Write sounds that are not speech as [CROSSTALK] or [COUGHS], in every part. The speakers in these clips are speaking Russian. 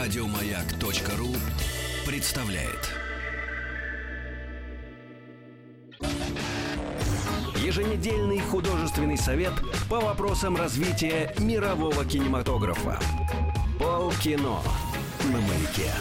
Радиомаяк.ру представляет. Еженедельный художественный совет по вопросам развития мирового кинематографа. Полкино на маяке.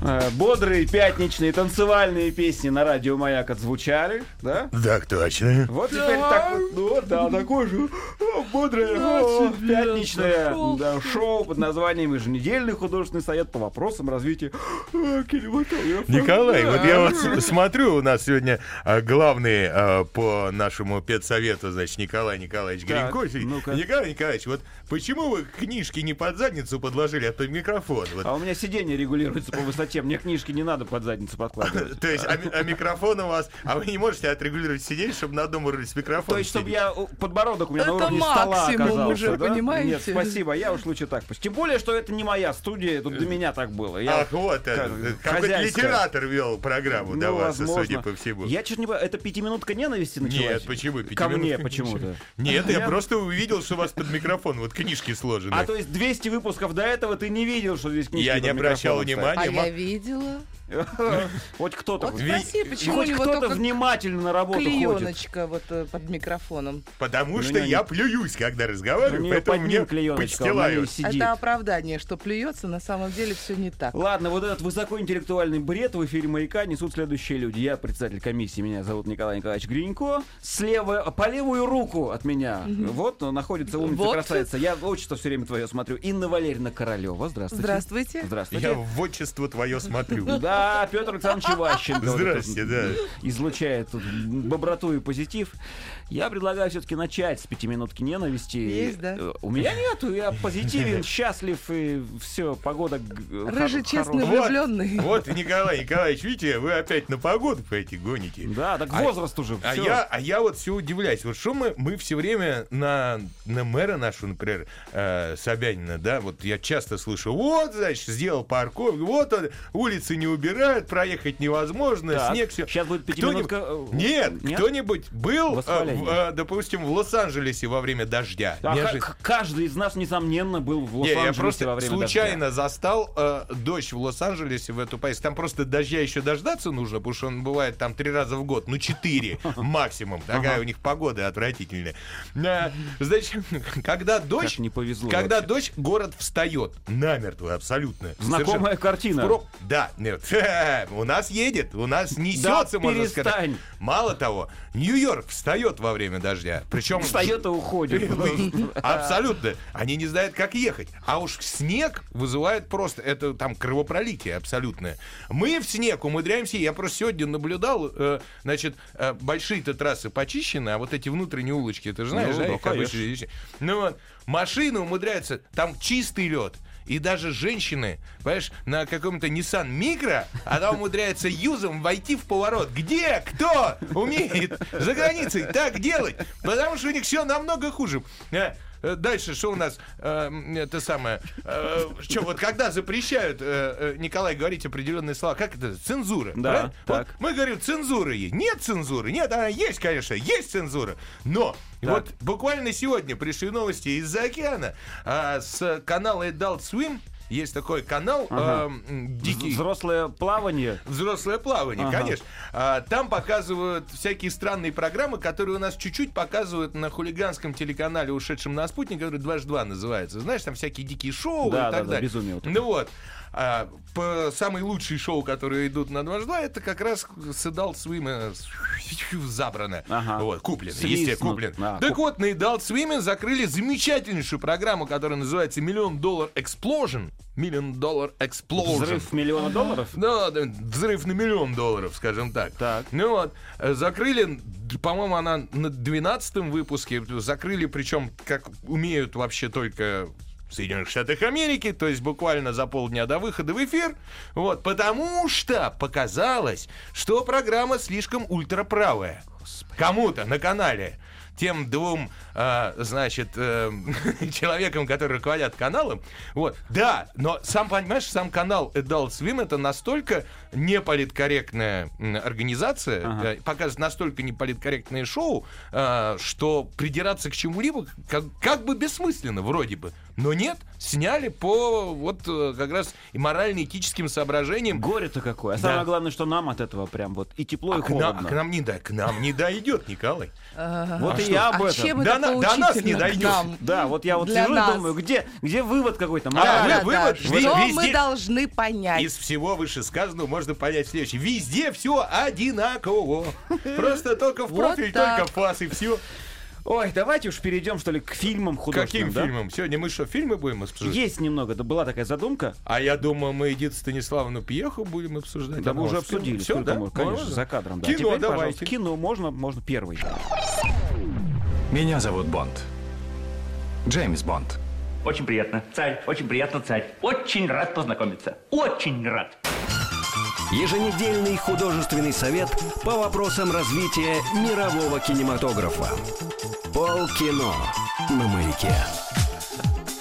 Э, Бодрые пятничные танцевальные песни на радио Маяк отзвучали, да? Так точно. Вот теперь так вот, ну вот, да, такое же о, бодрое о, пятничное да, шоу под названием «Еженедельный художественный совет по вопросам развития э, кинематографа». Николай, Да. вот я вот с- смотрю, у нас сегодня а, главный а, по нашему педсовету, значит, Николай Николаевич Так, Гринько. ну-ка. Николай Николаевич, вот почему вы книжки не под задницу подложили, а под микрофон? Вот. А у меня сиденье регулируется по высоте, мне книжки не надо под задницу [LAUGHS] подкладывать. То есть, а, ми- а микрофон у вас, а вы не можете отрегулировать сиденье, чтобы надумали с микрофоном То есть, чтобы сидеть? я у- подбородок у меня на Это уровне стола максимум оказался, уже, да? понимаете? Нет, спасибо, я уж лучше так. Тем более, что это не моя студия, Э. тут до меня так было. Я Ах, вот, это, как- какой-то хозяйская. литератор вел программу до Ну, вас, возможно. судя по всему. Я чуть не понимаю, это пятиминутка ненависти началась? Нет, почему? Ко мне Пятиминутка почему-то. Нет, я Я- просто увидел, что у вас под микрофон вот книжки сложены. А то есть 200 выпусков до этого ты не видел, что здесь книжки Я под не обращал микрофоном внимания. А ма- я видела. стоят. Хоть кто-то. Вот хоть- спроси, почему у Хоть него кто-то только внимательно на работу ходит. клееночка вот э, под микрофоном. Потому У что меня я Ну, не- Ну, плююсь, когда У разговариваю, нее поэтому под мне ним клееночка, он на ней подстилают. сидит. Это оправдание, что плюется, на самом деле все не так. Ладно, вот этот высокоинтеллектуальный бред в эфире «Маяка» несут следующие люди. Я председатель комиссии, меня зовут Николай Николаевич Гринько. Слева, по левую руку от меня, вот ну, находится умница, Вот. красавица. Я отчество все время твое смотрю. Инна Валерьевна Королева, здравствуйте. Здравствуйте. Здравствуйте. Я в отчество твое смотрю. Да, Петр Александрович Иващенко. вот этот Здрасте, да. Излучает тут боброту и позитив. Я предлагаю все-таки начать с пяти минутки ненависти. Есть, да? Э, У меня нету, я позитивен, счастлив и все, погода г- Рыжий хоро- честный хорошая. Вот. влюбленный. Вот, Николай Николаевич, видите, вы опять на погоду эти гоните. Да, так А- возраст уже. А всё. я, а я вот все удивляюсь. Вот что мы, мы все время на, на мэра нашего, например, э, Собянина, да, вот я часто слышу, вот, значит, сделал парковку, вот он, улицы не убирают, проехать невозможно, Так, снег все. Сейчас будет Кто-нибудь- пятиминутка. э, Нет, кто-нибудь был, э, Восхваление. в, э, допустим, в Лос-Анджелесе во время дождя? А Не ка- ожи- к- каждый из нас, несомненно, был в Не, я Лос-Анджелесе во просто время случайно застал э, дождь в Лос-Анджелесе в эту поездку. Там просто дождя еще дождаться нужно, потому что он бывает там три раза в год, [LAUGHS] ну четыре максимум. Такая у них погода отвратительная. Э, Значит, [LAUGHS] когда дождя. дождь, Как не повезло. когда вообще. дождь, город встает намертво абсолютно. Знакомая картина. Впрок- Да, нет. [LAUGHS] У нас едет, у нас Да, несется, можно сказать. перестань. Мало того, Нью-Йорк встает во время дождя. Причем Встает и уходит. [LAUGHS] Абсолютно. Они не знают, как ехать. А уж снег вызывает просто... Это там кровопролитие абсолютное. Мы в снег умудряемся. Я просто сегодня наблюдал, э, значит, э, большие-то трассы почищены, а вот эти внутренние улочки, ты же знаешь, Ну, да, да, их обычно здесь. Ну вот, машины умудряются, там чистый лед. И даже женщины, понимаешь, на каком-то Nissan Micro, она умудряется юзом войти в поворот. Где? Кто умеет за границей так делать? Потому что у них все намного хуже. Э, э, Дальше, что у нас, э, м, это самое, э, что, вот когда запрещают, э, э, Николай, говорить определенные слова, как это, цензура, Да, правильно? Вот так. мы говорим, цензура есть. Нет цензуры. Нет, она есть, конечно, есть цензура. Но Так. вот буквально сегодня пришли новости из-за океана а, с канала Adult Swim. Есть такой канал Ага. эм, м, Дикий. дикий. Взрослое плавание. Взрослое плавание, Ага. конечно. А, там показывают всякие странные программы, которые у нас чуть-чуть показывают на хулиганском телеканале, ушедшем на спутник, который дважды два называется. Знаешь, там всякие дикие шоу Да, и так да, да, далее. безумие вот это. ну вот. А, по- самые лучшие шоу, которые идут на дважды два, это как раз с Adult Swim э, с- забрано. Ага. Вот, куплено, Свистнут. естественно, куплено. А, так куп- вот, на Adult Swim закрыли замечательнейшую программу, которая называется «Миллион доллар Explosion». «Миллион доллар Explosion». Взрыв миллиона долларов. Да, да, ну, взрыв на миллион долларов, скажем так. Так. Ну вот, э, закрыли, д- по-моему, она на 12 выпуске, закрыли, причем как умеют вообще только в Соединенных Штатах Америки, то есть буквально за полдня до выхода в эфир, вот, потому что показалось, что программа слишком ультраправая. Кому-то на канале. тем двум, а, значит, э, [LAUGHS] человекам, которые руководят каналом. Вот. Да, но сам понимаешь, сам канал Adult Swim это настолько неполиткорректная м, организация, Ага. э, показывает настолько неполиткорректное шоу, э, что придираться к чему-либо как, как бы бессмысленно вроде бы. Но нет, сняли по вот э, как раз и морально-этическим соображениям. Горе-то какое. А Да. самое главное, что нам от этого прям вот и тепло, А и к, нам, а холодно. к нам не да, к нам не дойдет, Николай. А, Вот А и что? я об а этом. чем Да это на- до нас не поучительно к дойдет. нам? Да, вот я вот Для сижу нас. и думаю, где, где вывод какой-то? А, моральный? вы- вывод Что ви- мы везде- должны понять? Из всего вышесказанного можно понять следующее. Везде все одинаково. [LAUGHS] Просто только в Вот профиль, так. только в пас и все. Ой, давайте уж перейдем, что ли, к фильмам художественным. Каким да? фильмом? Сегодня мы что, фильмы будем обсуждать? Есть немного, да была такая задумка. А я думал, мы Эдит Станиславовну Пьеху будем обсуждать. Да мы уже обсудили, Все, сколько да? можно, конечно, Можно? за кадром. Да. Кино Теперь, давайте. пожалуйста, кино можно, можно первый. Меня зовут Бонд. Джеймс Бонд. Очень приятно, царь. Очень приятно, царь. Очень рад познакомиться. Очень рад. Еженедельный художественный совет по вопросам развития мирового кинематографа. Полкино на маяке.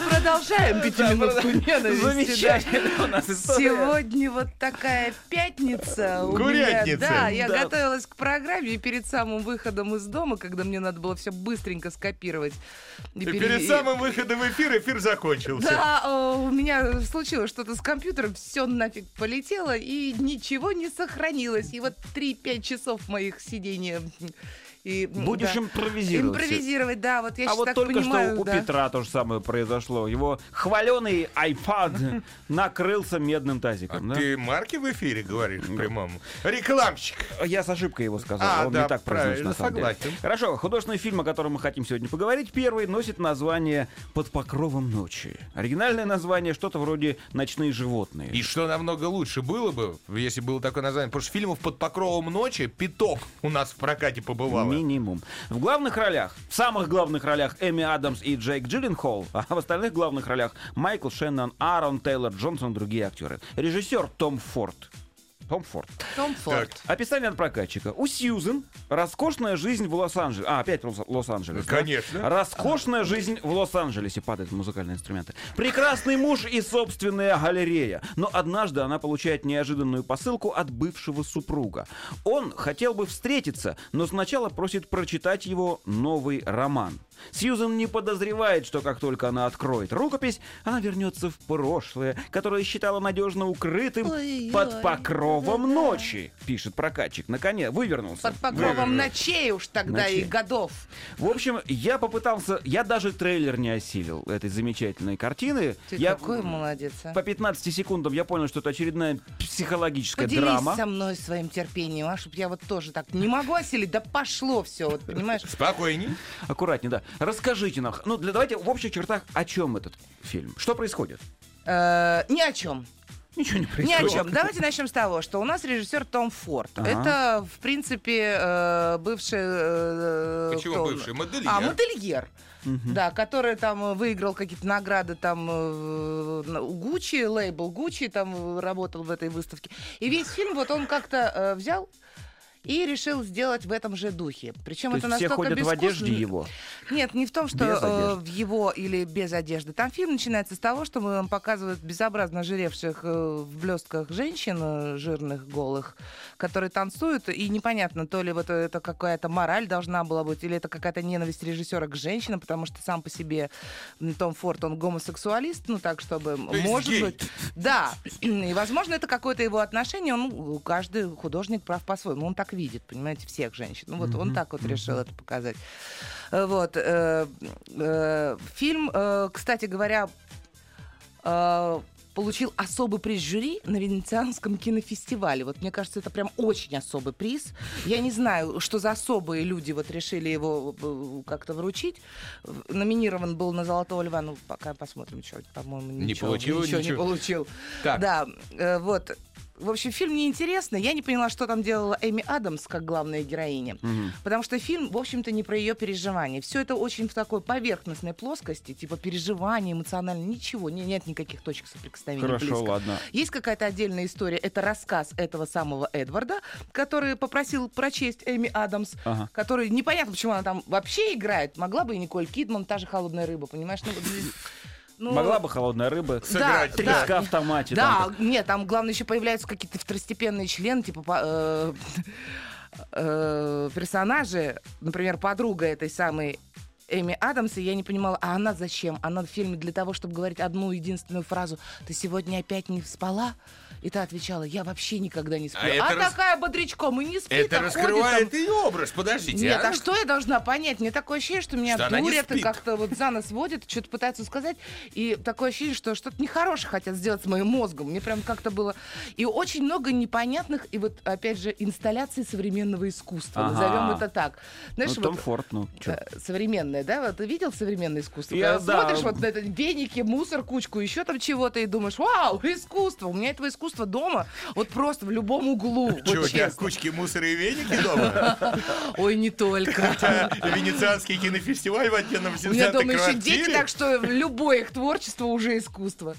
Продолжаем пятиминутку ненависти. да. Замечательно у нас Сегодня вот такая пятница. у меня. Курятница. Да, я Да. готовилась к программе и перед самым выходом из дома, когда мне надо было все быстренько скопировать. и И пере- перед и- самым выходом в эфир эфир закончился. Да, э, у меня случилось что-то с компьютером, все нафиг полетело, и ничего не сохранилось. И вот 3-5 часов моих сидения. И, м, Будешь Ну да. импровизировать. Импровизировать, да, вот я А щас вот так только понимаю, что у да. Петра то же самое произошло. Его хваленый [LAUGHS] iPad накрылся медным А тазиком. да? ты марки в эфире говоришь в прямом? Рекламщик. Я с ошибкой его сказал, А, он да, не так произнес правильно, на самом деле. согласен. Хорошо, художественный фильм, о котором мы хотим сегодня поговорить, первый носит название «Под покровом ночи». Оригинальное название что-то вроде «Ночные животные». И что намного лучше было бы, если было такое название, потому что фильмов под покровом ночи пяток у нас в прокате побывало. Минимум. В главных ролях, в самых главных ролях Эми Адамс и Джейк Джилленхол, [LAUGHS] а в остальных главных ролях Майкл Шеннон, Аарон Тейлор Джонсон и другие актеры. Режиссер Том Форд. Том Форд. Том Форд. Так. Описание от прокатчика. У Сьюзен роскошная жизнь в Лос-Анджелесе. А, опять Лос- Лос-Анджелес. да? Конечно. Роскошная жизнь в Лос-Анджелесе. Падают музыкальные инструменты. Прекрасный муж и собственная галерея. Но однажды она получает неожиданную посылку от бывшего супруга. Он хотел бы встретиться, но сначала просит прочитать его новый роман. Сьюзен не подозревает, что как только она откроет рукопись, она вернется в прошлое, которое считала надежно укрытым Ой-ой, под покровом да-да. ночи, пишет прокатчик. Наконец, вывернулся. Под покровом ночей уж тогда Ночей. и годов. В общем, я попытался, я даже трейлер не осилил этой замечательной картины. Ты я какой молодец, а. по 15 секундам я понял, что это очередная психологическая Поделись драма. со мной своим терпением, а, чтоб я вот тоже так не могу осилить, да пошло все, вот понимаешь? Спокойней. Аккуратнее, да. Расскажите нам, ну для, давайте в общих чертах, о чем этот фильм? Что происходит? Э, ни о чем. Ничего не Ни происходит. о чем. Давайте начнем с того, что у нас режиссер Том Форд. Ага. Это, в принципе, э, бывший... э, Почему кто он? бывший? Модельер. А, модельер. Да, который там э, выиграл какие-то награды там э, на- у Гуччи, лейбл Гуччи там э, работал в этой выставке. И весь фильм вот он как-то э, взял и решил сделать в этом же духе. Причем То это есть все настолько ходят в безвкусно. одежде его. Нет, не в том, что Без э, одежды. в его или без одежды. Там фильм начинается с того, что мы показывают безобразно жиревших э, в блестках женщин, э, жирных, голых, которые танцуют, и непонятно, то ли вот это какая-то мораль должна была быть, или это какая-то ненависть режиссера к женщинам, потому что сам по себе м, Том Форд, он гомосексуалист, ну так, чтобы... есть может гей. быть... Да, и, возможно, это какое-то его отношение, он, ну, каждый художник прав по-своему, он так видит, понимаете, всех женщин. Ну вот он так вот решил это показать. Вот. э, э, Фильм, э, кстати говоря, э, получил особый приз жюри на Венецианском кинофестивале. Вот мне кажется, это прям очень особый приз. Я не знаю, что за особые люди вот решили его э, как-то вручить. В- Номинирован был на Золотого Льва, ну пока посмотрим, что, по-моему, Не ничего, получил ничего не ничего. получил. Так. Да, э, вот. В общем, фильм неинтересный. Я не поняла, что там делала Эми Адамс как главная героиня. Потому что фильм, в общем-то, не про ее переживания. Все это очень в такой поверхностной плоскости, типа переживания, эмоционально, ничего. Не- Нет никаких точек соприкосновения. Хорошо, близко. ладно. Есть какая-то отдельная история. Это рассказ этого самого Эдварда, который попросил прочесть Эми Адамс, Ага. который непонятно, почему она там вообще играет. Могла бы и Николь Кидман, та же холодная рыба, понимаешь? Ну, вот здесь, ну, Могла бы холодная рыба, сыграть, треска да. в томате. да, там. нет, там главное еще появляются какие-то второстепенные члены, типа по- э, э, персонажи, например, подруга этой самой Эми Адамс, и я не понимала, а она зачем? Она в фильме для того, чтобы говорить одну единственную фразу «Ты сегодня опять не спала?» И та отвечала «Я вообще никогда не сплю». А это А, рас- такая бодрячком и не спит, а Это ходит раскрывает там. и образ, подождите. Нет, а? а что я должна понять? Мне такое ощущение, что меня Что она не дурят и спит. как-то вот за нос водят, что-то пытаются сказать. И такое ощущение, что что-то нехорошее хотят сделать с моим мозгом. Мне прям как-то было... И очень много непонятных, и вот, опять же, инсталляций современного искусства. Ага. Назовем это так. Ну, Знаешь, Том вот... Форд, ну, чё. э, Современное, да? Вот ты видел современное искусство? Я- Когда да. смотришь вот на это веники, мусор, кучку, еще там чего-то, и думаешь, вау, искусство! У меня этого искусства дома вот просто в любом углу. вот Чё, у а тебя честно. кучки мусора и веники [LAUGHS] дома? Ой, не только. [LAUGHS] Венецианский кинофестиваль в отдельном У меня дома еще квартире? дети, так что любое их творчество уже искусство.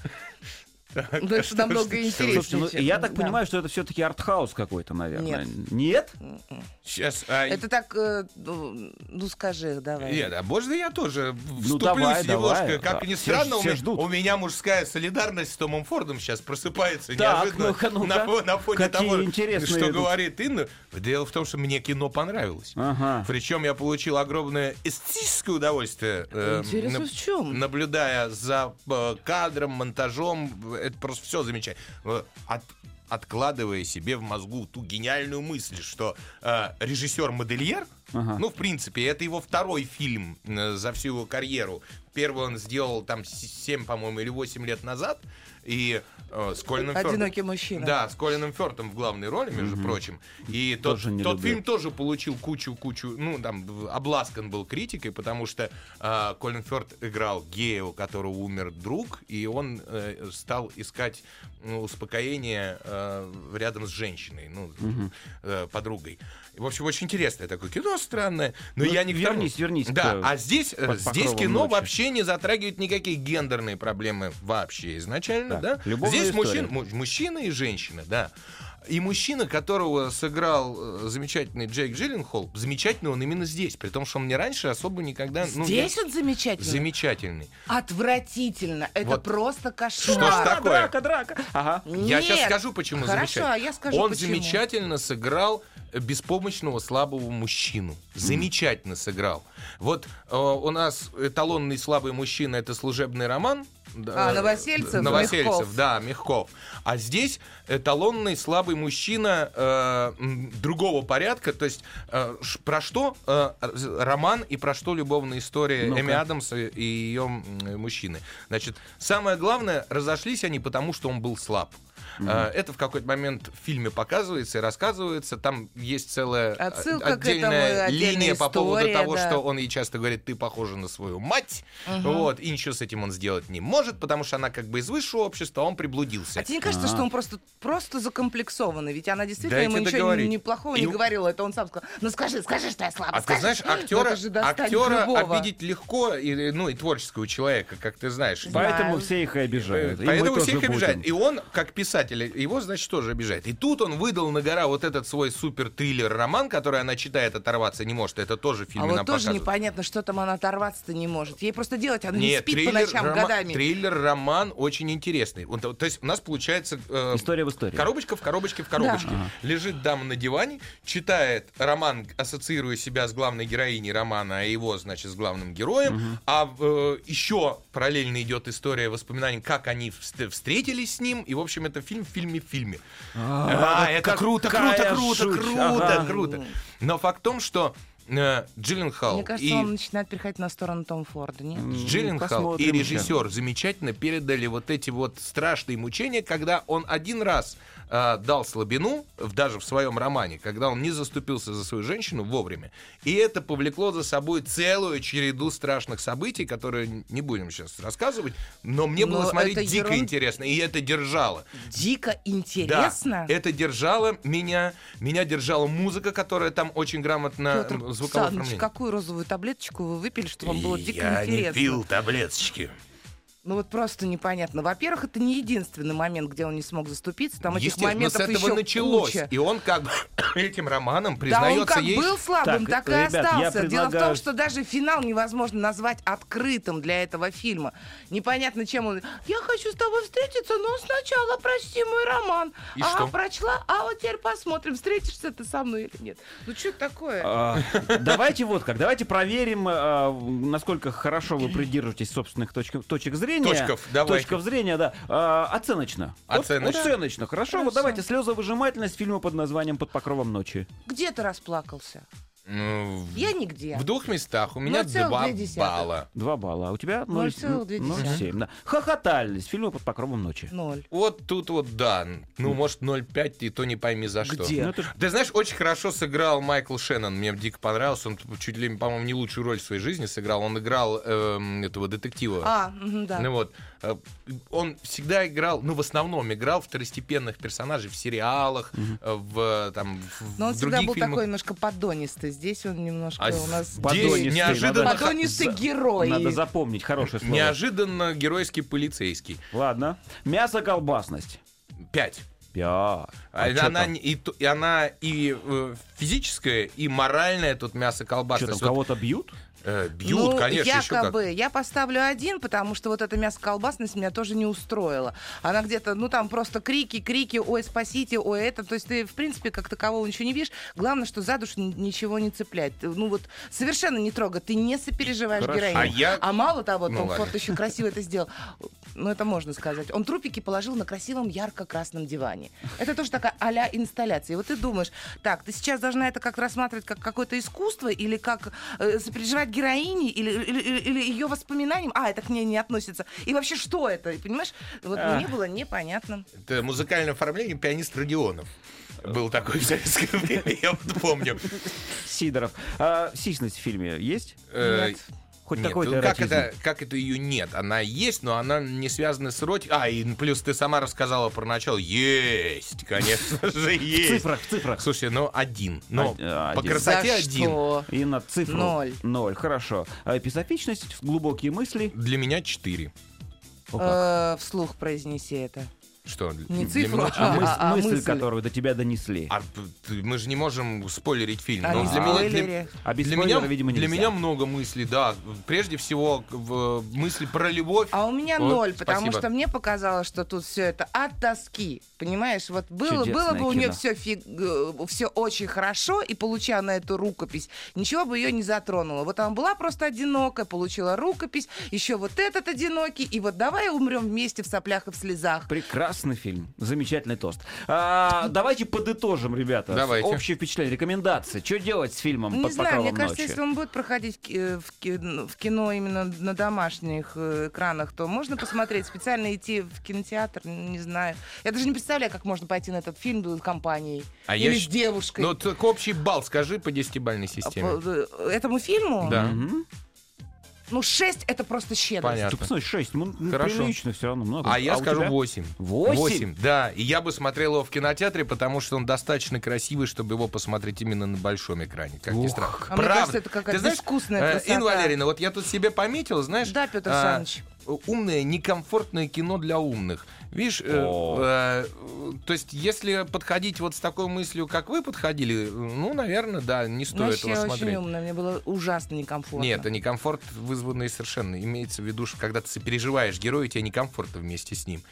Но это намного интереснее. Слушайте, ну, чем- я так да. понимаю, что это все-таки артхаус какой-то, наверное. Нет? Сейчас, а, Это так, э, ну ну, скажи, давай. Нет, а можно я тоже вступлюсь Ну, давай, немножко? давай, как да. Все ни ж- странно, у, все меня, ждут. у меня мужская солидарность с Томом Фордом сейчас просыпается Так, неожиданно ну-ка, ну-ка. На, фо- на фоне Какие того, интересные что идут. А. говорит Инна. Дело в том, что мне кино понравилось. Ага. Причем я получил огромное эстетическое удовольствие, э, Интересно, наб- в чем? наблюдая за э, кадром, монтажом. Это просто все замечательно. Э, от- откладывая себе в мозгу ту гениальную мысль, что э, режиссер-модельер, ну, в принципе, это его второй фильм э, за всю его карьеру. Первый он сделал там 7, по-моему, или 8 лет назад. И э, с Колином Фёрдом. Одинокий мужчина. Да, с Колином Фёрдом в главной роли, между прочим. И тот, Тоже не тот люблю. фильм тоже получил кучу-кучу, ну, там, в- обласкан был критикой, потому что э, Колин Фёрд играл гея, у которого умер друг, и он э, стал искать ну, успокоение э, рядом с женщиной, ну, э, подругой. В общем, очень интересное такое кино, странное, но Ну, я не к тому. вернись, вернись Да, к- а здесь, э, под здесь покровом кино ночи. вообще не затрагивает никакие гендерные проблемы вообще изначально, Так, да? любовная здесь история. мужчин- му- мужчина и женщина, да. И мужчина, которого сыграл э, замечательный Джейк Джилленхол, замечательный он именно здесь, при том, что он мне раньше особо никогда... ну, Здесь я- он замечательный? Замечательный. Отвратительно. Это Вот. Что просто ж кошмар. так? А, Такое. драка, драка. Ага. Я Нет. сейчас скажу, почему Хорошо, замечательно. а я скажу, Он почему. замечательно сыграл э, беспомощного слабого мужчину. Замечательно сыграл. Вот э, у нас эталонный слабый мужчина это служебный роман. Да, А, э, Новосельцев, Новосельцев, Мягков. да, Мягков. А здесь эталонный слабый мужчина э, м, другого порядка. То есть э, ш- про что э, р- роман и про что любовная история Ну-ка. Эми Адамс и и ее м, мужчины. Значит, самое главное, разошлись они потому, что он был слаб. Э, Это в какой-то момент в фильме показывается и рассказывается. Там есть целая э, Отсылка к этому, отдельная отдельная линия по поводу история, того, да. что он ей часто говорит, ты похожа на свою мать. Вот, и ничего с этим он сделать не может, потому что она как бы из высшего общества, а он приблудился. А тебе не кажется, что он просто, просто закомплексованный? Ведь она действительно Дайте ему ничего договорить. неплохого И не у- говорила. Это он сам сказал. Ну скажи, скажи, что я слабая. А ты скажи». знаешь, Ну, актера, это же достанет актера любого. обидеть легко, и, ну и творческого человека, как ты знаешь. э, Поэтому Знаю. все их и обижают. И мы Поэтому тоже всех будем. обижает. И он, как писатель, его, значит, тоже обижает. И тут он выдал на гора вот этот свой супер-триллер-роман, который она читает, оторваться не может. Это тоже в А фильме вот нам тоже показывают. непонятно, что там она оторваться-то не может. Ей просто делать, она не Нет, спит по ночам рома- годами. триллер-роман очень интересный. Он- то, то есть у нас получается... э, История в истории. Коробочка в коробочке в коробочке. Лежит дама на диване, читает роман, ассоциируя себя с главной героиней романа, а его, значит, с главным героем. А еще параллельно идет история воспоминаний, как они вст- встретились с ним. И, в в общем, это фильм в фильме в фильме. А, это круто, круто, какая круто, жуть. круто, Ага. круто. Но факт в том, что э, Джилленхал Мне кажется, и он начинает переходить на сторону Тома Форда, нет? Джилленхал и посмотрим режиссер замечательно передали вот эти вот страшные мучения, когда он один раз э, дал слабину, в- даже в своем романе, когда он не заступился за свою женщину вовремя. И это повлекло за собой целую череду страшных событий, которые не будем сейчас рассказывать, но мне Но было смотреть это дико ерун- интересно, и это держало. Дико Да, интересно. это держало меня, меня держала музыка, которая там очень грамотно Петр м, звуковое Александрович, оформление. какую розовую таблеточку вы выпили, что вам было дико Я не интересно? пил таблеточки. Ну вот просто непонятно. Во-первых, это не единственный момент, где он не смог заступиться. Там этих Естественно, моментов но с этого еще началось. куча. И он как бы [COUGHS] этим романом Да признается он как ей. был слабым, Так, так, и ребят, я остался. Дело в предлагаю- том, что даже финал невозможно назвать открытым для этого фильма. Непонятно, чем он... Я хочу с тобой встретиться, но сначала прочти мой роман. И ага, что? прочла, а вот теперь посмотрим, встретишься ты со мной или нет. Ну что такое? А, Давайте вот как, давайте проверим, а, насколько хорошо вы придерживаетесь собственных точек, точек зрения. Точков, давайте. Точков зрения, да. А, Оценочно. Вот- Оценочно. Оценочно, хорошо. Вот Хорошо. давайте слезовыжимательность фильма под названием «Под покровом ночи». Где ты расплакался? Ну, в- Я нигде. в двух местах у меня 0,2 два десятых. балла. Два балла, а у тебя ноль- 0,2. ноль семь, да. Хохотались, фильмы под покровом ночи. Ноль. Вот тут вот да. Ну, может, 0,5 и то не пойми за что. Где? Ну, это ж- Ты знаешь, очень хорошо сыграл Майкл Шеннон. Мне дико понравился. Он чуть ли, по-моему, не лучшую роль в своей жизни сыграл. Он играл эм, этого детектива. А, мгм, да. Ну вот, э, он всегда играл, ну, в основном играл второстепенных персонажей в сериалах, э, в э, там в, Но он в всегда других был фильмах. такой немножко поддонистый. Здесь он немножко А у нас... здесь Подонистый, неожиданно, надо- Подонистый За- герой. Надо запомнить, хорошее слово. неожиданно геройский полицейский. Ладно. Мясо-колбасность. Пять. Пя. А она, не- и, ту- и она и э, физическая, и моральная тут мясо колбаса. Что там, кого-то бьют? бьют, ну, конечно, еще как. якобы. Я поставлю один, потому что вот это мясо-колбасность меня тоже не устроила. Она где-то, ну, там просто крики, крики, ой, спасите, ой, это. То есть ты, в принципе, как такового ничего не видишь. Главное, что за душу н- ничего не цеплять. Ты, Ну, вот совершенно не трогать. Ты не сопереживаешь Хорошо. героиню. А я- мало того, Ну, Том ладно. Форд еще красиво это сделал. Ну, это можно сказать. Он трупики положил на красивом ярко-красном диване. Это тоже такая а-ля инсталляция. И вот ты думаешь, так, ты сейчас должна это как рассматривать как какое-то искусство или как э, сопереживать героине или, или, или- или ее воспоминаниям? А, это к ней не относится. И вообще, что это? И Понимаешь? Вот мне было непонятно. Это музыкальное оформление пианист Родионов. Был такой в советское время, я вот помню. Сидоров. А, сисьность в фильме есть? Э, Нет. Хоть Нет, какой-то ну как эротизм? это, как это ее нет? Она есть, но она не связана с ротиком. А, и плюс ты сама рассказала про начало. Есть, конечно же, В есть. цифрах, в цифрах. Слушай, ну один. Но Од- а, по один. красоте За один. что? И на цифру Ноль. Ноль, хорошо. А эпизофичность, глубокие мысли. Для меня четыре. О, как. Э, вслух произнеси это. Что? для- Не для цифру, меня а- четыре. А мыс- а- а мысль, мысль? которую до тебя донесли. А, п- ты- мы же не можем спойлерить фильм. А но не Ну, для меня, для, спойлери. А без для спойлера, меня, видимо, для нельзя. меня много мыслей, да. Прежде всего, к- в- мысли про любовь. А у меня Вот, ноль, потому спасибо. что мне показалось, что тут все это от тоски. Понимаешь, вот было, Чудесное было бы у нее кино. все, все э, очень хорошо, и получая на эту рукопись, ничего бы ее не затронуло. Вот она была просто одинокая, получила рукопись, еще вот этот одинокий, и вот давай умрем вместе в соплях и в слезах. Прекрасный фильм, замечательный тост. А, давайте подытожим, ребята. Давайте. Общее впечатление, рекомендации. Что делать с фильмом Не под знаю, покровом мне кажется, ночи? если он будет проходить в ки- э, в кино, в кино именно на домашних э, экранах, то можно посмотреть. Специально идти в кинотеатр, не знаю. Я даже не представляю, как можно пойти на этот фильм с компанией А я или с щ- девушкой. Ну, так общий балл скажи по десятибальной А системе. по- э, Этому фильму? Да. Мгм. Ну, 6 это просто щедрость. Понятно. Тут, посмотри, шесть, ну, ну, Хорошо. прилично все равно много. А я у скажу тебя? 8. Восемь? да. И я бы смотрел его в кинотеатре, потому что он достаточно красивый, чтобы его посмотреть именно на большом экране, как ни Ух. странно. А мне кажется, это какая-то Ты знаешь, искусная э, красота. Инна Валерьевна, вот я тут себе пометил, знаешь... Да, Петр а, Александрович. умное, некомфортное кино для умных. Видишь, э, О. э, э, то есть, если подходить вот с такой мыслью, как вы подходили, э, ну, наверное, да, не Ну, стоит вообще его очень смотреть. умно, мне было ужасно некомфортно. Нет, это некомфорт, вызванный совершенно. Имеется в виду, что когда ты сопереживаешь герою, тебе некомфортно вместе с ним.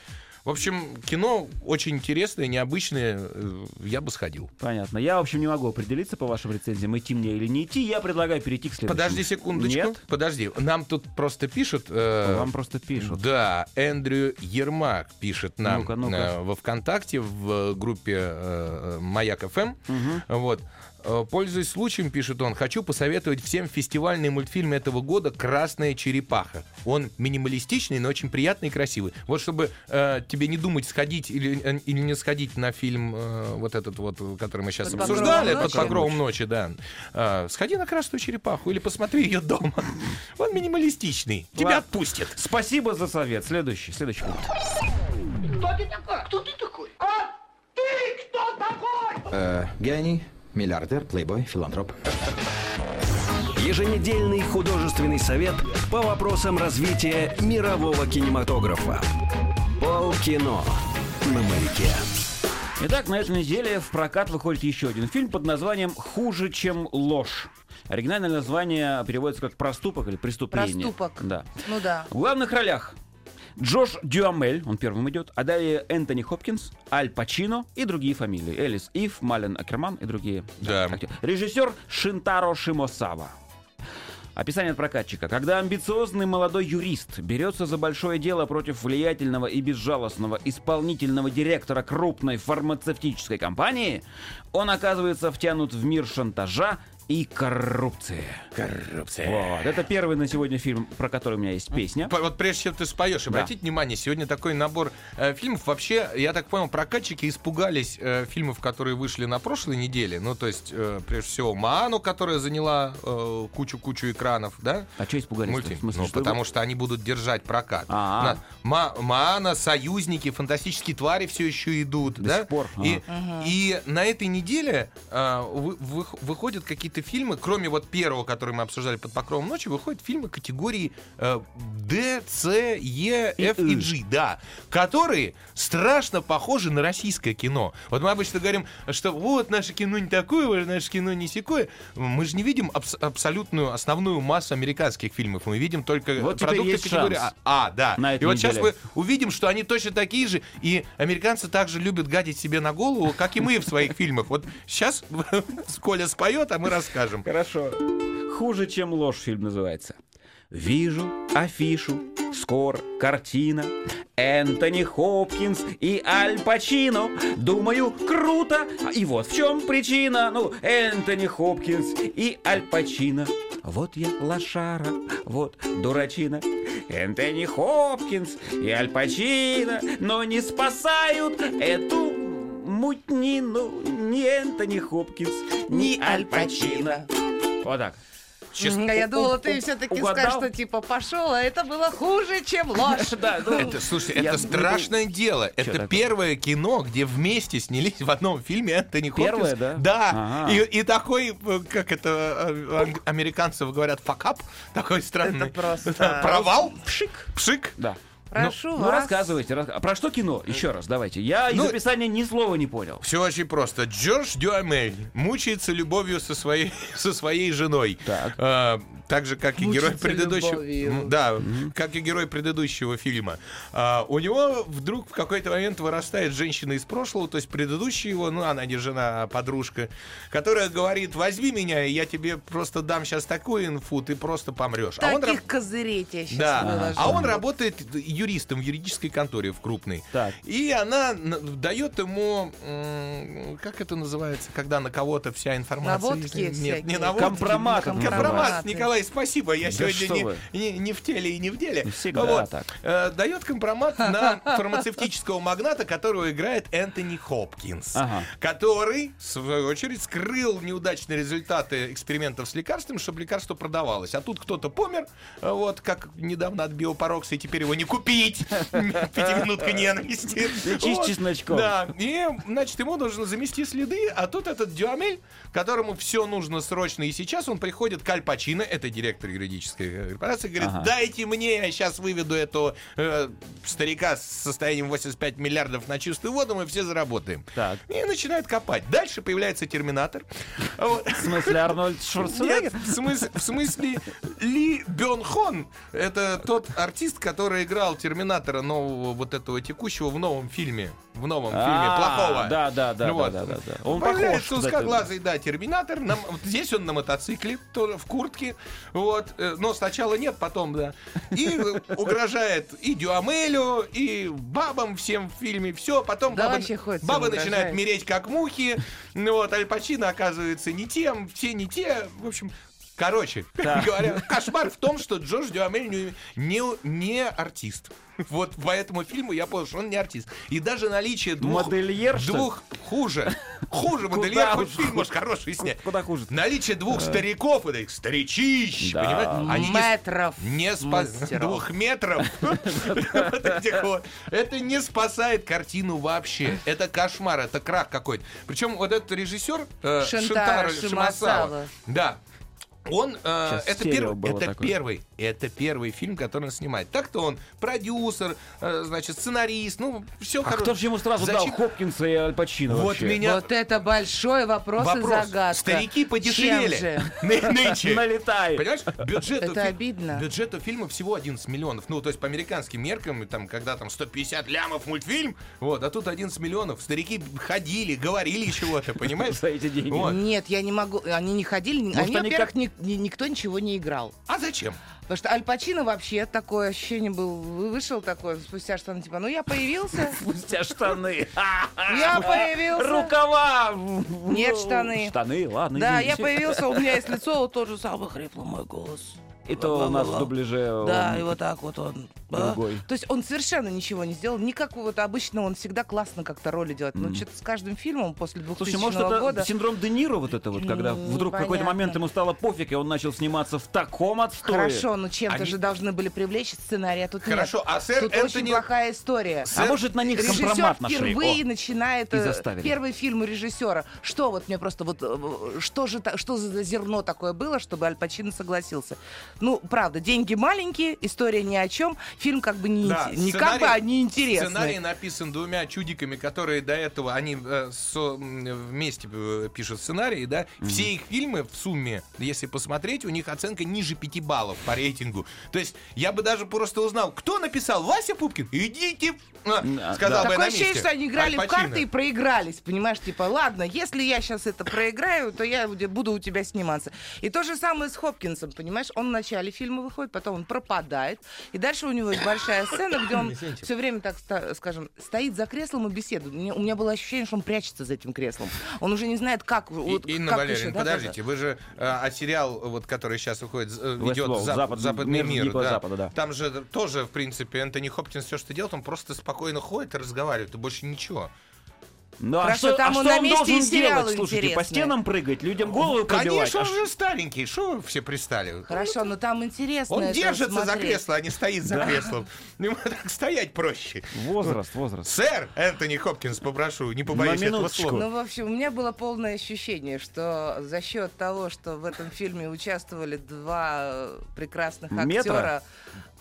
В общем, кино очень интересное, необычное. э, Я бы сходил. Понятно. Я, в общем, не могу определиться по вашим рецензиям, идти мне или не идти. Я предлагаю перейти к следующему. Подожди секундочку. Нет, Подожди. Нам тут просто пишут. э, вам просто пишут. Да, Эндрю Ермак пишет нам Ну-ка, ну-ка. э, во ВКонтакте в э, группе э, Маяк ФМ. Эм». Вот. Э, Э, Пользуясь случаем, пишет он, хочу посоветовать всем фестивальный мультфильм этого года «Красная черепаха». Он минималистичный, но очень приятный и красивый. Вот чтобы э, тебе не думать, сходить или, э, или не сходить на фильм э, вот этот вот, который мы сейчас «Под покровом обсуждали, «Под ночи». покровом ночи», да. Э, сходи на «Красную черепаху» или посмотри ее дома. [LAUGHS] Он минималистичный. Тебя Ладно. отпустит. Спасибо за совет. Следующий, следующий пункт. Э, Гений, миллиардер, плейбой, филантроп. Еженедельный художественный совет по вопросам развития мирового кинематографа. Полкино на маяке. Итак, на этой неделе в прокат выходит еще один фильм под названием «Хуже, чем ложь». Оригинальное название переводится как «Проступок» или «Преступление». Проступок. Да. Ну да. В главных ролях Джош Дюамель, он первым идет, а далее Энтони Хопкинс, Аль Пачино и другие фамилии. Элис Ив, Мален Акерман и другие. Да. актё- Режиссер Шинтаро Шимосава. Описание от прокатчика. Когда амбициозный молодой юрист берется за большое дело против влиятельного и безжалостного исполнительного директора крупной фармацевтической компании, он оказывается втянут в мир шантажа и коррупции. Коррупция. Вот. Это первый на сегодня фильм, про который у меня есть песня. П- Вот прежде чем ты споешь, обратите внимание, сегодня такой набор э, фильмов. Вообще, я так понял, прокатчики испугались э, фильмов, которые вышли на прошлой неделе. Ну, то есть, э, прежде всего, Ману, которая заняла э, кучу-кучу экранов, да? А что испугались? Мультфильм. ну, потому что они будут держать прокат. А-а. На- Ма- Маана, союзники, фантастические твари все еще идут. До да? сих пор, И, и на этой неделе а, вы- вых- выходят какие-то фильмы, кроме вот первого, который мы обсуждали под покровом ночи, выходят фильмы категории э, D, C, E, F и G, да, которые страшно похожи на российское кино. Вот мы обычно говорим, что вот наше кино не такое, вот наше кино не секое. Мы же не видим абс- абсолютную основную массу американских фильмов. Мы видим только Вот теперь продукты есть категории шанс. А. А, да. На и этой вот сейчас неделе. мы увидим, что они точно такие же, и американцы также любят гадить себе на голову, как и мы в своих [LAUGHS] фильмах. Вот сейчас [LAUGHS] Коля споет, а мы расскажем. Хорошо. Хуже, чем ложь фильм называется. Вижу афишу, скоро картина. Энтони Хопкинс и Аль Пачино. Думаю, круто. А, И вот в чем причина. Ну, Энтони Хопкинс и Аль Пачино. Вот я лошара, вот дурачина. Энтони Хопкинс и Аль Пачино, но не спасают эту мутнину ни Энтони Хопкинс, ни Аль Пачино. Вот так. М, а Я думала, ты все-таки угадал. скажешь, что типа пошел, а это было хуже, [LAUGHS] чем ложь. Да, ну, Это, слушай, я- это страшное дело. Это такое? первое кино, где вместе снялись в одном фильме Энтони Хопкинс. Первое, да? Да. Ага. И, и такой, э, как это э, ан- американцев говорят, факап, [LAUGHS] такой странный. Это просто- Да, [LAUGHS] Провал, Пшик. пшик. Да. Прошу Ну, вас. рассказывайте. рас- Про что кино? Еще раз, давайте. Я из Ну, описания ни слова не понял. Все очень просто. Джордж Дюамель мучается любовью со своей, [LAUGHS] со своей женой. Так. Э, так же, как и герой Мучается предыдущего. любовью. М, Да, как и герой предыдущего фильма. А, у него вдруг в какой-то момент вырастает женщина из прошлого, то есть предыдущая его, ну, она не жена, а подружка, которая говорит: возьми меня, и я тебе просто дам сейчас такую инфу, ты просто помрешь. а он Таких раб- козырей тебе сейчас да. выложу. А он работает юристом в юридической конторе в крупной. Так. И она н- дает ему, м, как это называется, когда на кого-то вся информация. Наводки Нет, не всякие. наводки. Компромат. Компромат, Компроматы. Николай, спасибо. Я Да что сегодня вы. не, не- не в теле и не в деле. Всегда Вот. так. Э, Дает компромат на фармацевтического магната, которого играет Энтони Хопкинс, Ага. который, в свою очередь, скрыл неудачные результаты экспериментов с лекарством, чтобы лекарство продавалось. А тут кто-то помер, э, вот как недавно от биопарокса, и теперь его не купить. [LAUGHS] [LAUGHS] Пятиминутка ненависти. Лечи с Вот. чесночком. Да, и, значит, ему нужно замести следы, а тут этот Дюамель, которому все нужно срочно и сейчас, он приходит к Аль Пачино, это директор юридической э, корпорации, говорит, Ага. дайте мне, я сейчас выведу этого э, старика с состоянием 85 миллиардов на чистую воду, мы все заработаем. Так. И начинает копать. Дальше появляется Терминатор. [LAUGHS] А Вот. В смысле, Арнольд Нет, Шварценеггер? в смысле, в смысле Ли Бён Хон. Это тот артист, который играл Терминатора нового, вот этого текущего в новом фильме. в новом фильме А, плохого. да, да, да, Ну вот. да, да, да, да. Он Появляется похож, кстати, узкоглазый, да, терминатор. На м- вот здесь он на мотоцикле, тоже в куртке. Вот. э, Но сначала нет, потом, да. И э, угрожает и Дюамелю, и бабам всем в фильме. Все, потом Да бабы, вообще хоть бабы всем начинают угрожает. мереть, как мухи. Ну вот, Аль Пачино оказывается не тем, все не те. В общем, Короче, говоря, кошмар в том, что Джордж Дюамель не, не, не артист. Вот по этому фильму я понял, что он не артист. И даже наличие двух... Модельер, что ли? Двух хуже. Хуже модельер, Куда хоть уж фильм может хороший снять. Куда хуже-то? Наличие двух стариков, вот этих старичищ, Да. понимаете? Они не с- Метров. а не спас мастеров. [LAUGHS] двух метров. Вот этих вот. Это не спасает картину вообще. Это кошмар, это крах какой-то. Причем вот этот режиссер э, Шентаро Шентаро Шимасава. Шимасава. Да. Он, э, это, стерео первый, было это такое. первый, это первый фильм, который он снимает. Так-то он продюсер, э, значит, сценарист, ну, все А кто же ему сразу дал Хопкинса и Аль Пачино Вот вообще? меня Вот это большой вопрос, и вопрос. загадка. Старики Чем подешевели. же? [LAUGHS] Ны- Нынче. Налетай. Понимаешь, бюджет Это у фи- обидно. бюджет у фильма всего 11 миллионов. Ну, то есть по американским меркам, и там, когда там 150 лямов мультфильм, вот, а тут 11 миллионов. Старики ходили, говорили [LAUGHS] чего-то, понимаешь? За эти деньги. Вот. Нет, я не могу. Они не ходили. они, они во-первых, как- ни- ни- никто ничего не играл. А зачем? Потому что Аль Пачино вообще такое ощущение был, вышел такое спустя что он типа, ну я появился, Спустя [LAUGHS] штаны. я появился. Рукава. Нет, штаны. Штаны, ладно. Да, я Ну, извините. появился, у меня есть лицо, вот тот же самый хриплый мой голос. И то у нас в дубляже... Да, он- и вот так вот он. А? другой. То есть он совершенно ничего не сделал. Никакого вот обычно он всегда классно как-то роли делает. Но что-то с каждым фильмом после 2000 Слушай, может, это года... синдром Де Ниро вот это вот, когда М, вдруг в какой-то понятно. момент ему стало пофиг, и он начал сниматься в таком отстое. Хорошо, но чем-то Они- же должны были привлечь сценарий, а тут Хорошо, нет. а сэр тут очень Энтони- плохая история. А может, на них компромат Режиссер нашли? впервые О. начинает И э, заставили. первый фильм у режиссера. Что вот мне просто вот э, что же та- что за зерно такое было, чтобы Аль Пачино согласился? Ну, правда, деньги маленькие, история ни о чем, фильм как бы не Да, инте- не как сценарий- бы, а не интересный. Сценарий написан двумя чудиками, которые до этого они э, со- м, вместе э, пишут сценарии, да. Все их фильмы в сумме, если посмотреть, у них оценка ниже 5 баллов по рейтингу. То есть я бы даже просто узнал, кто написал Вася Пупкин. Идите, в- а, Да, сказал бы я Такое на ощущение, месте. что они играли Аль в карты и Пачино. проигрались, понимаешь, типа, ладно, если я сейчас это проиграю, то я уде- буду у тебя сниматься. И то же самое с Хопкинсом, понимаешь, он в начале фильма выходит, потом он пропадает, и дальше у него есть большая сцена, где он все время, так ста- скажем, стоит за креслом и беседует. Мне- У меня было ощущение, что он прячется за этим креслом. Он уже не знает, как... И- вот Инна как Валерьевна, еще, да, подождите, вы же э, а сериал, вот, который сейчас уходит, э, идет Westworld, в зап- Запад- западный мир мир, Дикого да. Запада, да. там же тоже, в принципе, Энтони Хопкинс все, что делает, он просто спокойно ходит и разговаривает, и больше ничего. Ну, а Хорошо, что, а там что он он, на месте и должен сериалы делать? Слушайте, по интересные. стенам прыгать, людям голову пробивать. Конечно, А он же старенький, что вы все пристали? Хорошо, но там интересно Он это держится за смотреть. кресло, а не стоит за креслом. [LAUGHS] Ему так стоять проще. Возраст, возраст. Сэр, Энтони Хопкинс, попрошу, не побоюсь На этого минуточку. слова. Ну, в общем, у меня было полное ощущение, что за счет того, что в этом фильме участвовали два э, прекрасных актера, Метра?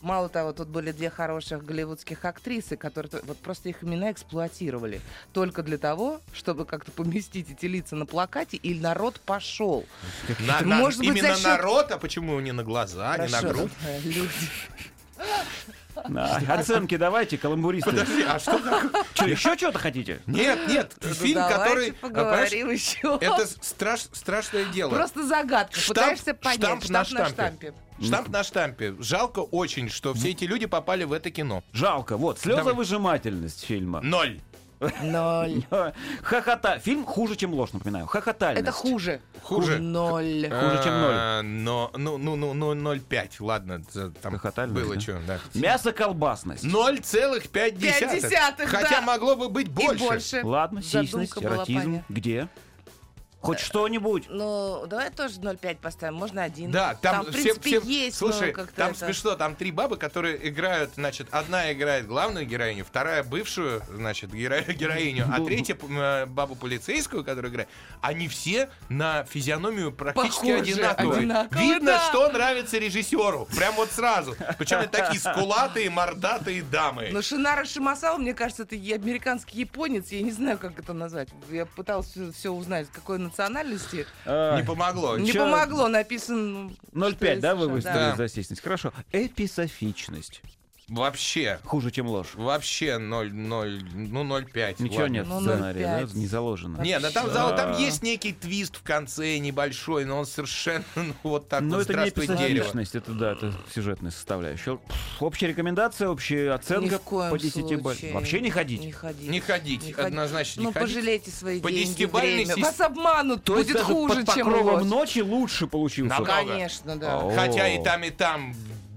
мало того, тут были две хороших голливудских актрисы, которые то- вот просто их имена эксплуатировали только для того, чтобы как-то поместить эти лица на плакате, и народ пошел. На- на- Ну, Может быть, Именно за счет- народ, а почему не на глаза, а не на Хорошо, грудь? э, люди. [LAUGHS] Да, Оценки давайте, каламбуристы. Подожди, а что такое? Что, еще что-то хотите? Нет, нет, Ну, фильм, давайте который... а, понимаешь, поговорим еще. Это страш- страшное дело. Просто загадка. Штамп- Пытаешься понять. штамп на штампе. штампе. Штамп на штампе. Жалко очень, что все эти люди попали в это кино. Жалко, вот, слезовыжимательность фильма. [LAUGHS] Ноль. Ноль. Хохота. Фильм хуже, чем ложь, напоминаю. Хохотальность. Это хуже. Хуже. Ноль. Хуже, чем ноль. А, Но, ну, ну, ну, ну, 0,5, ладно, за- там Хохотальность, было да? что, да. Мясо колбасность. 0,5. Пять десятых, Хотя да. могло бы быть И больше. больше. Ладно, Задумка сисность, была эротизм. понятна. Э, Где? Хоть что-нибудь. Ну, давай тоже 0,5 поставим, можно один. Да, там, в все- принципе, все- есть, но Слушай, как-то там это- смешно, там три бабы, которые играют, значит, одна играет главную героиню, вторая бывшую, значит, геро- [LAUGHS] героиню, а третья э, бабу полицейскую, которая играет. Они все на физиономию практически Похожи, одинаковые. одинаковые, Видно, да. что нравится режиссеру, прям вот сразу. Причем это [LAUGHS] такие скулатые, мордатые дамы. Но Ну, Шинара Шимасао, мне кажется, это и американский японец, я не знаю, как это назвать. Я пыталась все узнать, какой национальности. А, Не помогло. Не чё? помогло, написано... ну, что 0,5, из да, вы США, выставили да. за сисность? Хорошо. Эписофичность. Вообще. Хуже, чем ложь. Вообще 0, 0, ну 0,5. Ничего ладно. нет в Ну, сценарии, 0,5. да? Не заложено. Не, ну там, зал- там есть некий твист в конце небольшой, но он совершенно [LAUGHS] ну, вот так Но вот, это не здравствуй, дерево. эпизодичность, это да, это сюжетная составляющая. Пф, Общая рекомендация, общая Ни оценка в коем по 10 случае. баллам. Вообще не Не ходить. ходить. Не ходить, однозначно не ну, ходить. пожалейте свои По деньги, десятибалльной время. сис- Вас обманут, То есть будет даже хуже, под чем покровом ложь. ночи лучше получился. Намного. Конечно, да. О. А, Хотя и там, и там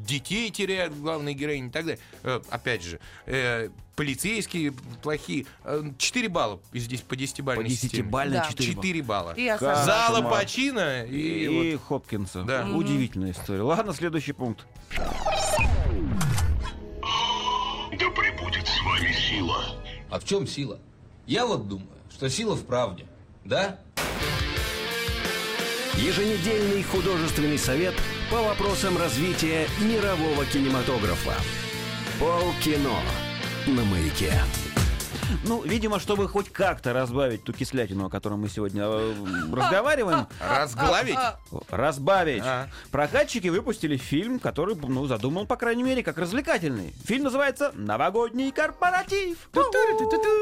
детей теряют главные героини и так далее. Э, опять же, э, полицейские плохие. Э, 4 балла из здесь по 10 По балльной 10 баллов Да. 4 балла. 4 балла. И я Как? сама. Зала Кошмар. Пачино и, И, вот Хопкинса. Да. Мгм. Удивительная история. Ладно, следующий пункт. Да пребудет с вами сила. А в чем сила? Я вот думаю, что сила в правде. Да? Еженедельный художественный совет по вопросам развития мирового кинематографа. Полкино на маяке. Ну, видимо, чтобы хоть как-то разбавить ту кислятину, о которой мы сегодня э, разговариваем, разглавить. разбавить. А. Прокатчики выпустили фильм, который, ну, задумал, по крайней мере, как развлекательный. Фильм называется «Новогодний корпоратив».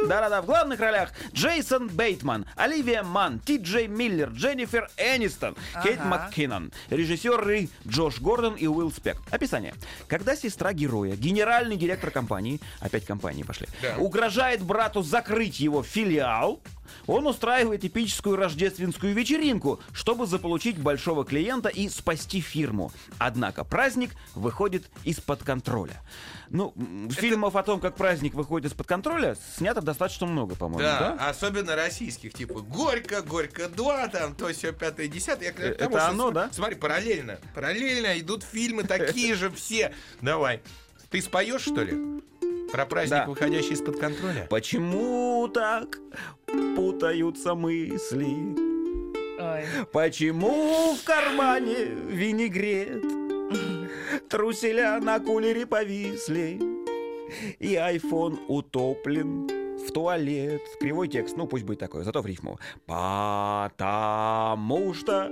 Да-да-да, в главных ролях Джейсон Бейтман, Оливия Манн, Ти Джей Миллер, Дженнифер Энистон, Кейт Ага. МакКиннон, режиссеры Джош Гордон и Уилл Спек. Описание. Когда сестра героя, генеральный директор компании, опять компании пошли, угрожает брату закрыть его филиал, он устраивает эпическую рождественскую вечеринку, чтобы заполучить большого клиента и спасти фирму. Однако праздник выходит из-под контроля. Ну, м, фильмов о том, как праздник выходит из-под контроля, снято достаточно много, по-моему. Да, Да? особенно российских, типа Горько, Горько 2, там то все пятое, десятое. Я к Э, тому, это что оно, см- да? Смотри, параллельно, параллельно идут фильмы такие же все. Давай, ты споешь что ли? Про праздник, Да. выходящий из-под контроля. Почему так путаются мысли? Ой. Почему в кармане винегрет? Труселя на кулере повисли, и айфон утоплен в туалет. Кривой текст, ну пусть будет такой, зато в рифму. Потому что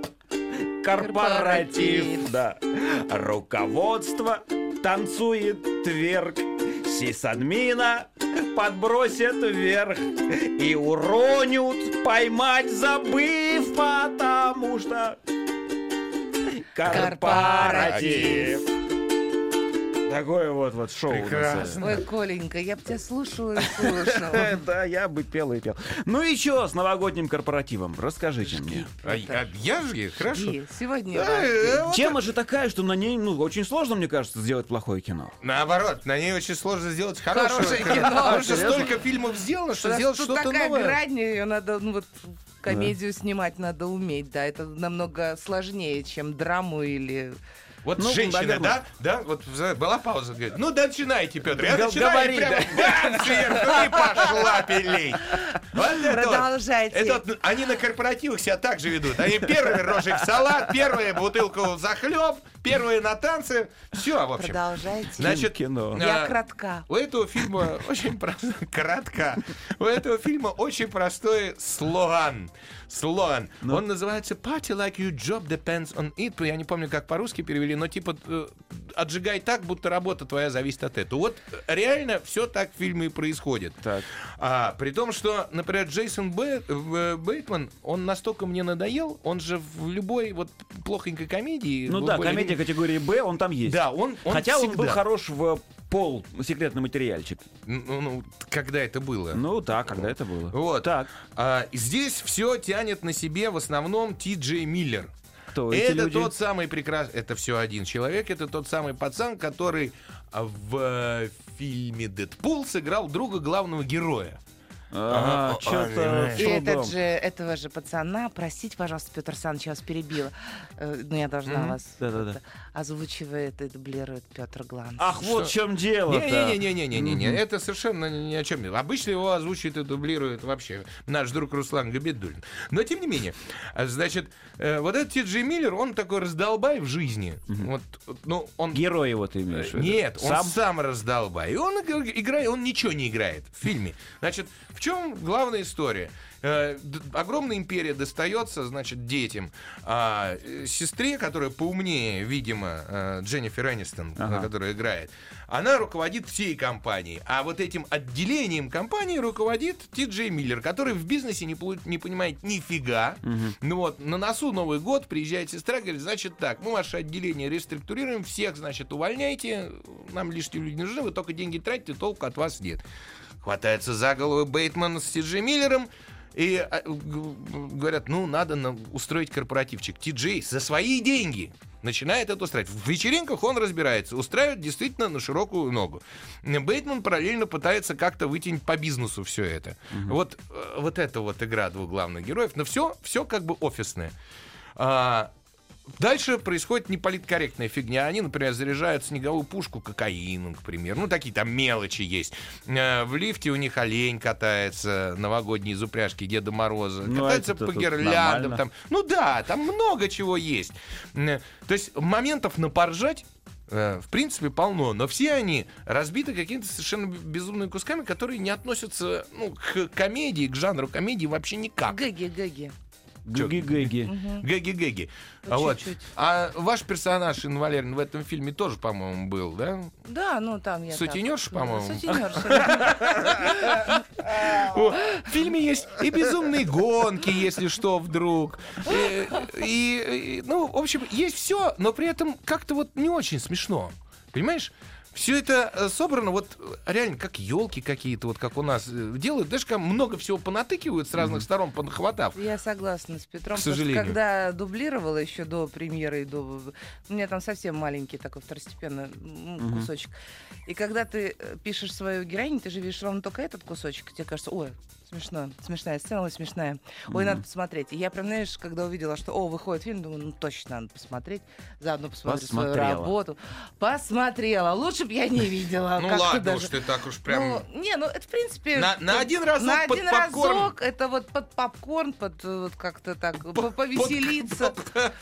корпоратив, Корпоратив. да. Руководство танцует тверк, сисадмина подбросят вверх и уронят, поймать забыв, потому что корпоратив. Такое вот вот шоу. у нас. э, Прекрасно. [CLEARS THROAT] Ой, Коленька, я бы тебя слушала и слушала. [LAUGHS] Э, [LAUGHS] Да, я бы пел и пел. Ну и чё с новогодним корпоративом? Расскажите мне. А, а я же, хорошо. И сегодня Э, вот Тема же такая, что на ней, ну, очень сложно, мне кажется, сделать плохое кино. Наоборот, на ней очень сложно сделать хорошее, Хорошее кино. кино. Потому что Серьезно? столько фильмов сделано, что Раз сделать тут что-то такая новое. грань, ее надо, ну вот комедию снимать надо уметь, да, это намного сложнее, чем драму или... Вот Ну, женщина, наверное. да, да, вот за- была пауза, говорит, ну да, начинайте, Петр, я Г- начинаю говори, [LAUGHS] прямо, да, сверху ну и пошла пилей. Вот это вот. Продолжайте. Это вот, ну, они на корпоративах себя так же ведут. Они первые рожек в салат, первые бутылку за хлеб, первые на танцы. Все, в общем. Продолжайте. Значит, кино. Я а, кратка. У этого фильма очень просто... [LAUGHS] Кратко. У этого фильма очень простой слоган. Слоган. Ну. Он называется «Party like your job depends on it». Я не помню, как по-русски перевели, но типа э, «Отжигай так, будто работа твоя зависит от этого». Вот э, реально все так в фильме и происходит. Так. А, при том, что, например, Джейсон Бе- э, Бейтман, он настолько мне надоел, он же в любой вот плохонькой комедии... Ну в- да, более- комедия категории Б, он там есть. Да, он, он Хотя он был всегда. хорош в э, пол секретный материальчик. Ну, ну, когда это было? Ну да, когда это было. Вот. Так, А, здесь все тянет на себе в основном Ти Джей Миллер. кто эти это люди? тот самый прекрасный... Это все один человек. Это тот самый пацан, который а, в э, фильме «Дэдпул» сыграл друга главного героя. Ага, Ага, чё-то понимаешь. И этот же, шоу этого же пацана, простите, пожалуйста, Петр Александрович, я вас перебила. Э, Ну, я должна вас... Да-да-да. это, Озвучивает и дублирует Петр Глан. Ах, вот в чем дело Не-не-не-не-не-не-не. Это совершенно ни о чем. Обычно его озвучивает и дублирует вообще наш друг Руслан Габидулин. Но тем не менее, а, значит, э, вот этот Ти Джей Миллер, он такой раздолбай в жизни. Вот, ну, он Герой его ты имеешь в виду? Нет, он Сам? сам раздолбай. И он играет, он ничего не играет в фильме. Значит, в чем главная история? Э, д- огромная империя достается, значит, детям. А э, сестре, которая поумнее, видимо, э, Дженнифер Энистон, Ага. которая играет, она руководит всей компанией. А вот этим отделением компании руководит Ти Джей Миллер, который в бизнесе не, полу- не понимает нифига. Ну вот, на носу Новый год приезжает сестра, говорит, значит так, мы ваше отделение реструктурируем, всех, значит, увольняйте, нам лишние люди не нужны, вы только деньги тратите, толку от вас нет. Хватается за голову Бейтман с Ти Джей Миллером, и а, г- г- говорят, ну, надо нам устроить корпоративчик. Ти Джей за свои деньги начинает это устраивать. В вечеринках он разбирается, устраивает действительно на широкую ногу. Бейтман параллельно пытается как-то вытянуть по бизнесу все это. Вот, э, вот эта вот игра двух главных героев, но все, все как бы офисное. А, Дальше происходит неполиткорректная фигня. Они, например, заряжают снеговую пушку кокаином, к примеру. Ну, такие там мелочи есть. Э, В лифте у них олень катается, новогодний из упряжки Деда Мороза. Ну, катается это-то по тут гирляндам. нормально. Там. Ну да, там много чего есть. Э, То есть моментов напоржать э, в принципе, полно, но все они разбиты какими-то совершенно безумными кусками, которые не относятся ну, к комедии, к жанру комедии вообще никак. Гэги, гэги. Гэги-гэги. Гэги-гэги. По А, вот. Ну, чуть-чуть. а ваш персонаж Инна Валерьевна в этом фильме тоже, по-моему, был, да? Да, ну там я... так. Сутенерша, по-моему? Сутенерша. О, в фильме есть и безумные гонки, если что, вдруг. И, и- и, ну, в общем, есть все, но при этом как-то вот не очень смешно. Понимаешь? Все это э, собрано вот э, реально как елки какие-то, вот как у нас э, делают. Даже как много всего понатыкивают с разных сторон, понахватав. Я согласна с Петром. К потому что сожалению. Когда дублировала еще до премьеры и до... У меня там совсем маленький такой второстепенный ну, кусочек. И когда ты э, пишешь свою героиню, ты же видишь ровно только этот кусочек. и Тебе кажется, ой, смешно, смешная сцена, ой, смешная. Ой, надо посмотреть. И я прям, знаешь, когда увидела, что, о, выходит фильм, думаю, ну точно надо посмотреть. Заодно посмотрю Посмотрела. свою работу. Посмотрела. Лучше бы я не видела. как-то Ну, даже. так Ну, уж Ну, не, ну это в принципе... На- на как- один разок на под один попкорн. разок это вот под попкорн, под э, вот как-то так по- повеселиться.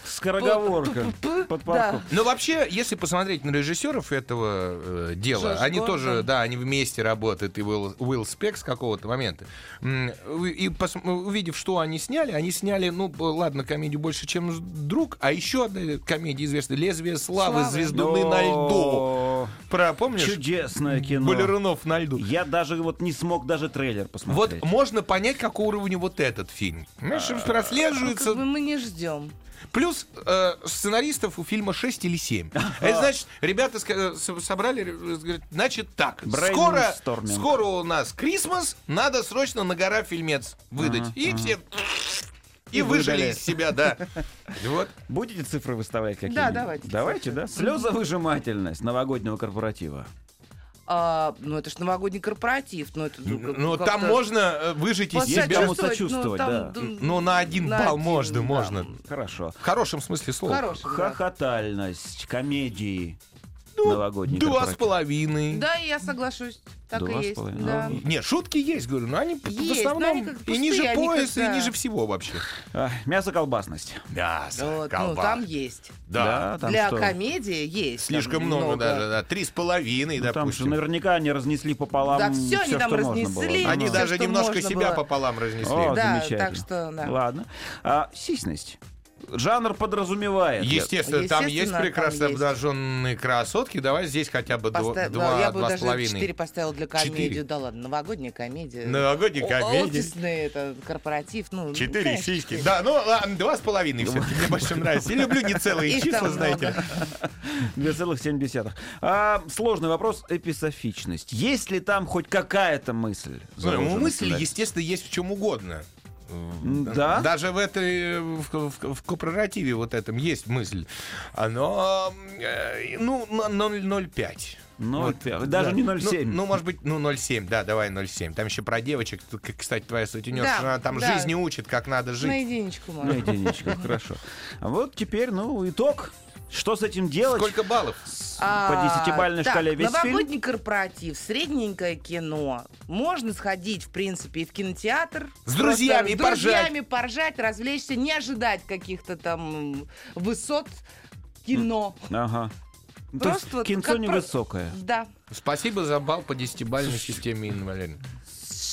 Скороговорка. П- Под да. парку. Но Ну, вообще, если посмотреть на режиссеров этого э, дела, Джордж они Гордон. тоже, да, они вместе работают, и Уилл, Уилл Спек с какого-то момента. М, И пос- э, увидев, что они сняли, они сняли, ну, б- ладно, комедию больше, чем друг, а еще одна комедия известная «Лезвие славы. Славы. Звездуны на льду». О, Про, помнишь? Чудесное кино. Балерунов на льду. Я даже вот не смог даже трейлер Вот посмотреть. можно понять, какого уровня вот этот фильм. Понимаешь, Ну, прослеживается как бы мы не ждем. Плюс э, сценаристов у фильма 6 или 7. Это значит, ребята ска- с- собрали, э, говорят, значит так, скоро, Brainstorming. скоро у нас Крисмас, надо срочно на гора фильмец выдать. и все... И, И выжили выдали. из [LAUGHS] себя, да. И Вот. Будете цифры выставлять какие-нибудь? давайте Давайте, цифры. да? Слезовыжимательность новогоднего корпоратива. А, ну это ж новогодний корпоратив. Ну, это, ну, как- Но как-то там можно э, выжить из Есть посочувствовать, ну, себя. кому сочувствовать, там, да. Ну, на один балл один, можно, да. можно. Хорошо. В хорошем смысле слова. Хороший, да. Хохотальность комедии Ну, новогодний Два с корпоратив. половиной. Да, и я согласен, так Два с и есть. половиной. да. Ну, Не, шутки есть, говорю, но они п- Есть, в но они основном как и пустые, ниже они пояса, и как-то- ниже всего вообще. А, Мясо-колбасность. Да, Вот, ну колбас. там есть. Да. А там Для что? комедии есть. Слишком там много, даже, да. Три с половиной, Ну, Там же допустим. наверняка они разнесли пополам Да всё они там что можно разнесли. было. Они Всё, даже что немножко можно себя было. пополам разнесли. О, Да, замечательно. так что, да. Ладно. А, сисность. Жанр подразумевает. Естественно, там есть Естественно, прекрасно там есть. обнаженные красотки. Давай здесь хотя бы дво- Поста- два, да, я бы два с даже четыре половиной. поставила для Четыре. комедии. Да ладно, новогодняя комедия. Новогодний О- комедий. Офисные, это корпоратив. Ну, ну, Четыре конечно, сиськи. четыре. Да, ну ладно, два с Ну, половиной все-таки. Мне больше нравится. Я люблю не целые Их числа, там знаете. 2,7. А, сложный вопрос. Эписофичность. Есть ли там хоть какая-то мысль? Ну, заложена мысли, сюда? естественно, есть в чем угодно. Да? Даже в этой в, в- в корпоративе вот этом есть мысль. Оно э, ну на- 0,05. Ноль пя- Вот, Ну, даже да. не 0,7. Ну, ну, может быть, ну 0,7, да, давай 0,7. Там еще про девочек, тут, к- кстати, твоя сутенерша, Да, она там да. жизни учит, как надо жить. На единичку можно. На единичку, А, хорошо. А вот теперь, ну, итог. Что с этим делать? Сколько баллов? С- А, По десятибальной так, шкале весь новогодний фильм? корпоратив, средненькое кино. Можно сходить, в принципе, и в кинотеатр. С Просто друзьями с и поржать. друзьями поржать, развлечься, не ожидать каких-то там м, высот кино. Ага. Ну, То Просто есть вот кинцо как про- невысокое. Да. Спасибо за балл по десятибалльной системе, Инна Валерьевна.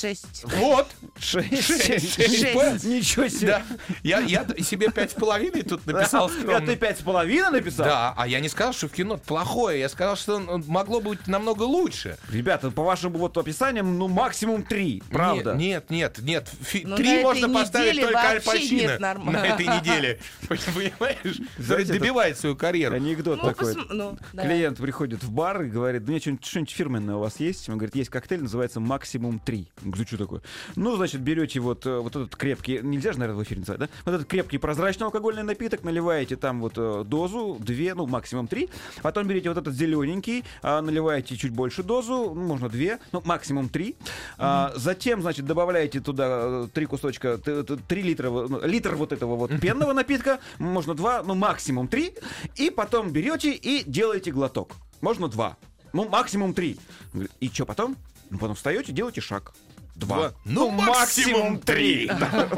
Шесть. Вот. Шесть. Шесть. Ничего себе. Да. Я, я себе пять с половиной тут [LAUGHS] написал А ты скромно. пять с половиной написал? Да, а я не сказал, что в кино плохое. Я сказал, что м, могло быть намного лучше. Ребята, по вашим вот описаниям, ну максимум три, правда? Нет, нет, нет. нет. Фи- Ну, на Три этой можно поставить неделе только Аль вообще Пачино нет норм- на этой [LAUGHS] неделе. Понимаешь? Который Знаете, добивает свою карьеру. Анекдот Ну, такой. посм- ну, да. Клиент приходит в бар и говорит, да мне что-нибудь, что-нибудь фирменное у вас есть? Он говорит, есть коктейль, называется «Максимум 3». Я Говорю, что такое? Ну, значит, берете вот, э, вот этот крепкий, нельзя же, наверное, в эфире называть, да? Вот этот крепкий прозрачный алкогольный напиток, наливаете там вот э, дозу, две, ну, максимум три. Потом берете вот этот зелененький, а, наливаете чуть больше дозу, ну, можно две, ну, максимум три. А, затем, значит, добавляете туда э, три кусочка, т- т- три литра, во- ну, литр вот этого вот пенного напитка, можно два, ну, максимум три. И потом берете и делаете глоток. Можно два. Ну, максимум три. Он говорит, И что потом? Ну, потом встаете, делаете шаг. Два. Два. Ну, максимум три. [LAUGHS] Да.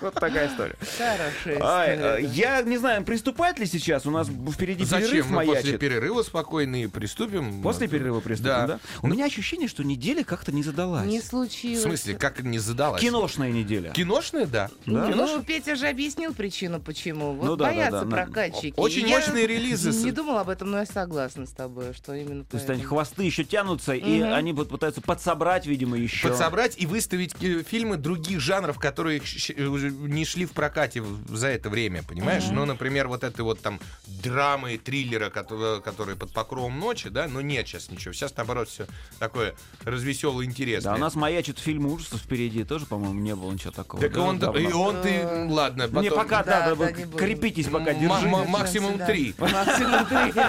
Вот такая история. Хорошая Ай, история, э, да. Я не знаю, приступать ли сейчас? У нас впереди Зачем? перерыв Мы после маячит. перерыва спокойно и приступим. После перерыва приступим, Да. да? У меня ощущение, что неделя как-то не Не задалась. В случилось. смысле, как не задалась? Киношная неделя. Киношная, да. Да? Ну, Петя же объяснил причину, почему. Вот Ну да, да, боятся да, на- прокатчики. Очень И я мощные релизы. Не думал об этом, но я согласна с тобой, что именно То есть они поэтому. хвосты еще тянутся, и Мгм. они вот пытаются подсобрать, видимо, еще. подсобрать и выставить э, фильмы других жанров, которые щ- щ- уже не шли в прокате в- за это время, понимаешь? Ну, например, вот это вот там драмы, триллера, которые, которые под покровом ночи, да, но нет сейчас ничего. Сейчас, наоборот, все такое развесело интересное. Да, у нас маячит фильм ужасов впереди, тоже, по-моему, не было ничего такого. Так и да, он, давно. и он ты, ладно, потом... М-м. Не, пока, да, Да, да, вы да, не будем. крепитесь пока, М- м- держитесь. максимум Да. три. Максимум три.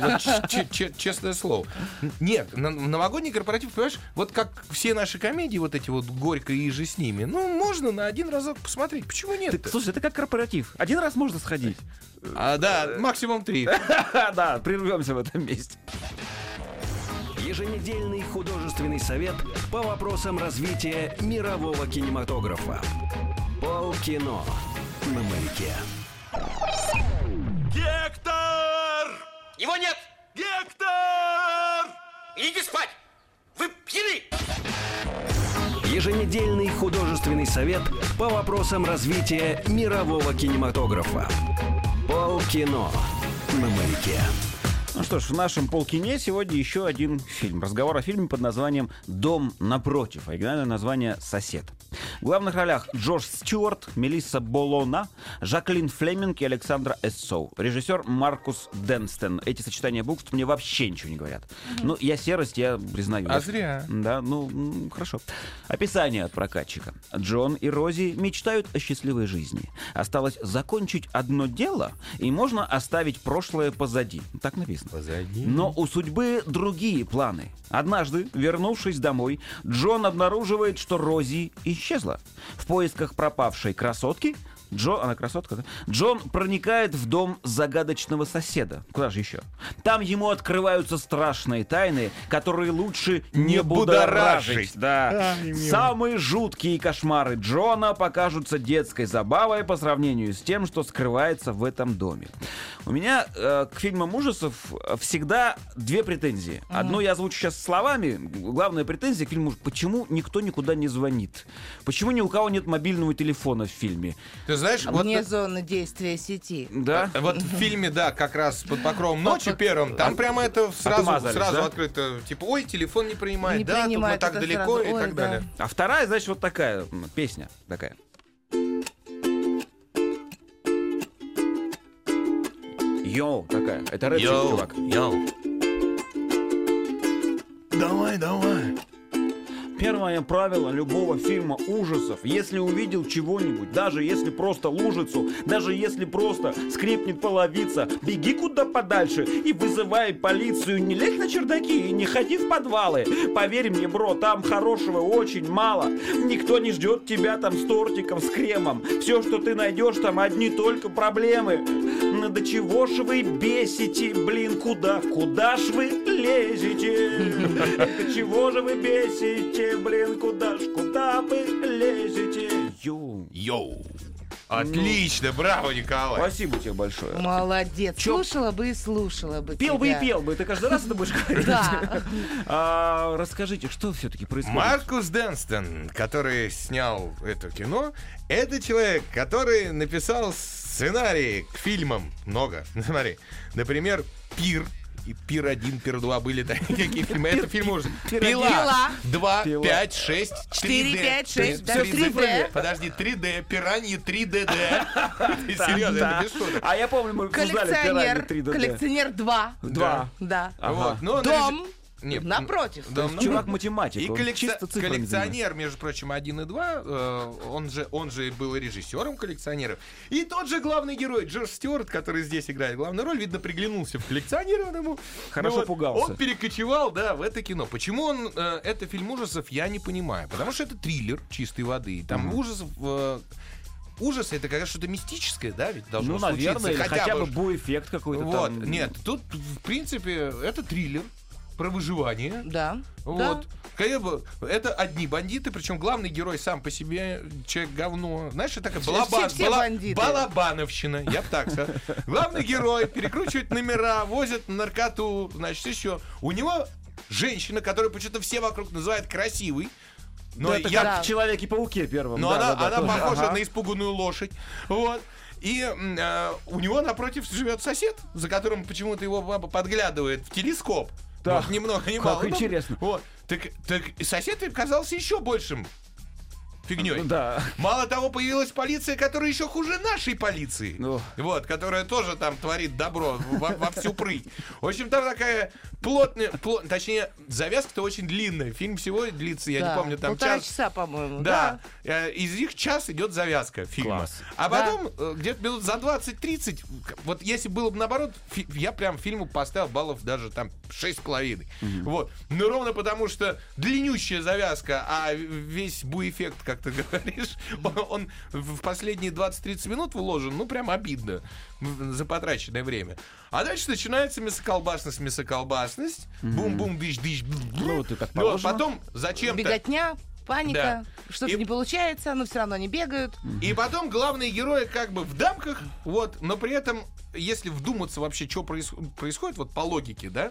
Вот ч- ч- ч- честное слово. Нет, на- новогодний корпоратив, понимаешь, вот как все наши комедии, вот эти вот «Горько» и «Иже с ними», ну, можно на один разок посмотреть. Почему нет? Ты- Слушай, это как корпоратив. Один раз можно [LAUGHS] сходить. А, э, да, [LAUGHS] максимум три. Да, прервемся в этом месте. Еженедельный художественный совет по вопросам развития мирового кинематографа. Полкино на маяке. Его нет! Гектор! Идите спать! Вы пьяны! Еженедельный художественный совет по вопросам развития мирового кинематографа. Полкино на маяке. Ну что ж, в нашем полкине сегодня еще один фильм. Разговор о фильме под названием «Дом напротив». а Оригинальное название «Сосед». В главных ролях Джордж Стюарт, Мелисса Болона, Жаклин Флеминг и Александра Эссоу. Режиссер Маркус Денстен. Эти сочетания букв мне вообще ничего не говорят. Ну, я серость, я признаю. А зря. Да, ну, м, хорошо. Описание от прокатчика. Джон и Рози мечтают о счастливой жизни. Осталось закончить одно дело, и можно оставить прошлое позади. Так написано. Но у судьбы другие планы. Однажды, вернувшись домой, Джон обнаруживает, что Рози исчезла. В поисках пропавшей красотки Джо, она красотка, да? Джон проникает в дом загадочного соседа. Куда же еще? Там ему открываются страшные тайны, которые лучше не, Не будоражить. будоражить. Да. Самые жуткие кошмары Джона покажутся детской забавой по сравнению с тем, что скрывается в этом доме. У меня э, к фильмам ужасов э, всегда две претензии. Одну я озвучу сейчас словами. Главная претензия к фильму ужасов. почему никто никуда не звонит? Почему ни у кого нет мобильного телефона в фильме? Ты знаешь, вот, Вне зоны действия сети. Да? вот в фильме, да, как раз под покровом ночи первым, там прямо это сразу, Отмазались, сразу да? открыто. Типа, ой, телефон не принимает, Не да, принимает, тут мы так это далеко сразу, и ой, так да. далее. А вторая, значит, вот такая м, песня такая. Йоу, такая. Это рэп, чувак. йоу. Давай, давай. Первое правило любого фильма ужасов. Если увидел чего-нибудь, даже если просто лужицу, даже если просто скрипнет половица, беги куда подальше и вызывай полицию. Не лезь на чердаки и не ходи в подвалы. Поверь мне, бро, там хорошего очень мало. Никто не ждет тебя там с тортиком, с кремом. Все, что ты найдешь там, одни только проблемы. Ну до чего ж вы бесите, блин, куда, куда ж вы лезете? Это чего же вы бесите, блин, куда ж, куда вы лезете? Ю. Йоу. Ну. Отлично, браво, Николай. Спасибо тебе большое. Молодец. Слушала бы и слушала бы. Пел бы тебя. и пел бы, ты каждый раз это будешь говорить. [LAUGHS] Да. А, Расскажите, что все-таки происходит? Маркус Денстон, который снял это кино, это человек, который написал сценарии к фильмам много. [LAUGHS] Смотри, например, «Пир», и «Пир 1», «Пир 2» были [LAUGHS] такие фильмы. Это фильм ужас. «Пила», «Пила», 2, «Пила». 5, 6, 3D. 4, 5, 6, да, 3D. Подожди, 3D, «Пираньи 3DD». Серьезно, это без шуток. А я помню, мы узнали Коллекционер. пираньи 3D. Коллекционер 2. Два. Да. Вот, но он Дом. режи- Нет, Напротив. дом напротив. Чувак математик. И он коллекци- чисто цифрами занимается. коллекционер, между прочим, 1 и 2, э, он, же, он же был и режиссером коллекционеров. И тот же главный герой, Джордж Стюарт, который здесь играет главную роль, видно, приглянулся в коллекционера он ему. Хорошо пугался. Он перекочевал, да, в это кино. Почему он, э, это фильм ужасов, я не понимаю. Потому что это триллер чистой воды. И Там ужасов... э, Ужасы это когда что-то мистическое, да, ведь должно Ну, наверное, или случиться. хотя бы ж- буэффект какой-то вот, там. нет, тут, в принципе, это триллер про выживание. Да. Да. Вот. Конечно, бы, это одни бандиты, причем главный герой сам по себе человек говно. Знаешь, это такая балабан, все бала- бандиты. балабановщина. Я бы так сказал. Главный герой перекручивает номера, возит наркоту, значит, еще. У него женщина, которую почему-то все вокруг называют красивой. Но Ну, это я как Да. в Человеке-пауке первом. но да, Ну, ну да, она, да, она тоже. похожа Ага. на испуганную лошадь. Вот. И м, э, у него напротив живет сосед, за которым почему-то его баба подглядывает в телескоп. Так, Вот, ни много, ни как мало. Ну, интересно. Вот. Так, так сосед казался еще большим фигней. Да. Мало того, появилась полиция, которая еще хуже нашей полиции. Ну. Вот, которая тоже там творит добро во, во всю прыть. В общем, там такая плотная, пло- точнее, завязка-то очень длинная. Фильм всего длится, я да. не помню, там Полтора час. часа, по-моему. Да. Э, Из них час идет завязка фильма. Класс. А Да. потом э, где-то минут за 20-30, к- вот если было бы наоборот, фи- я прям фильму поставил баллов даже там 6,5. Вот. Ну, ровно потому, что длиннющая завязка, а в- весь буэффект, как ты [LAUGHS] говоришь, он, он в последние 20-30 минут вложен, ну, прям обидно м, за потраченное время. А дальше начинается мясоколбасность, мясоколбасность, бум-бум, дыш-дыш. Ну, вот и так положено. а Потом зачем-то Беготня, паника, что-то И- не получается, но все равно они бегают. И потом главные герои как бы в дамках, вот, но при этом, если вдуматься вообще, что проис- происходит, вот по логике, да,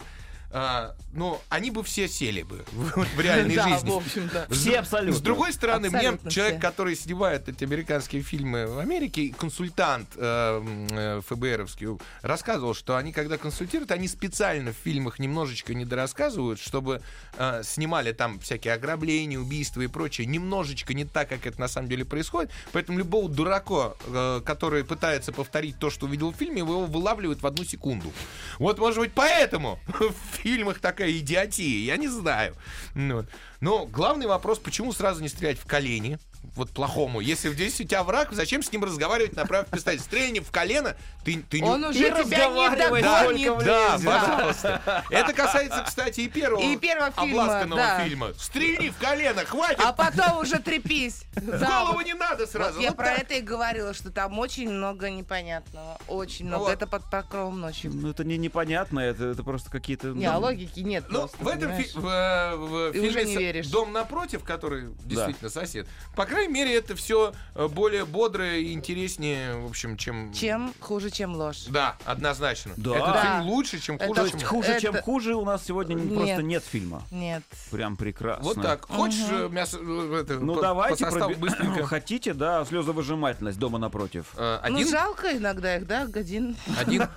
а, ну, они бы все сели бы [LAUGHS] в реальной Да, в жизни. общем, да. Все абсолютно. С другой стороны, мне Абсолютно человек, все. который снимает эти американские фильмы в Америке, и консультант э, м, э, ФБРовский, рассказывал, что они, когда консультируют, они специально в фильмах немножечко недорассказывают, чтобы э, снимали там всякие ограбления, убийства и прочее, немножечко не так, как это на самом деле происходит. Поэтому любого дурака, э, который пытается повторить то, что увидел в фильме, его вылавливают в одну секунду. Вот, может быть, поэтому [LAUGHS] в фильмах такая идиотия, я не знаю. Ну, вот. Но главный вопрос, почему сразу не стрелять в колени? Вот плохому. Если здесь у тебя враг, зачем с ним разговаривать, направив пистолет? Стрельни в колено, ты, ты не... Он уже тебя не разговаривает догонит. Да, пожалуйста. Это касается, кстати, и первого, И первого фильма, обласканного да. фильма. Стрельни в колено, хватит! А потом уже трепись. в Да, голову не надо Вот сразу. я Вот про так. это и говорила, что там очень много непонятного. Очень много. Вот. Это под покровом ночи. Ну, это не непонятно, это, это просто какие-то... Не, ну, а логики нет. Ну, просто, в этом фи- понимаешь? в, э, в И уже фильме не со- веришь. «Дом напротив», который действительно сосед, по крайней мере, это все более бодрое и интереснее, в общем, чем... Чем хуже, чем ложь. Да, однозначно. Да. Этот Да. фильм лучше, чем Это- хуже, То есть чем- хуже, чем Это- хуже, у нас сегодня Нет. просто нет фильма. Нет. Прям прекрасно. Вот так. Хочешь э, мясо? э, это, Ну по- давайте по составу проби- Ну, быстренько. [CLEARS THROAT] Хотите, да, слезовыжимательность дома напротив. Э, Ну, Один, жалко иногда их, да, один. один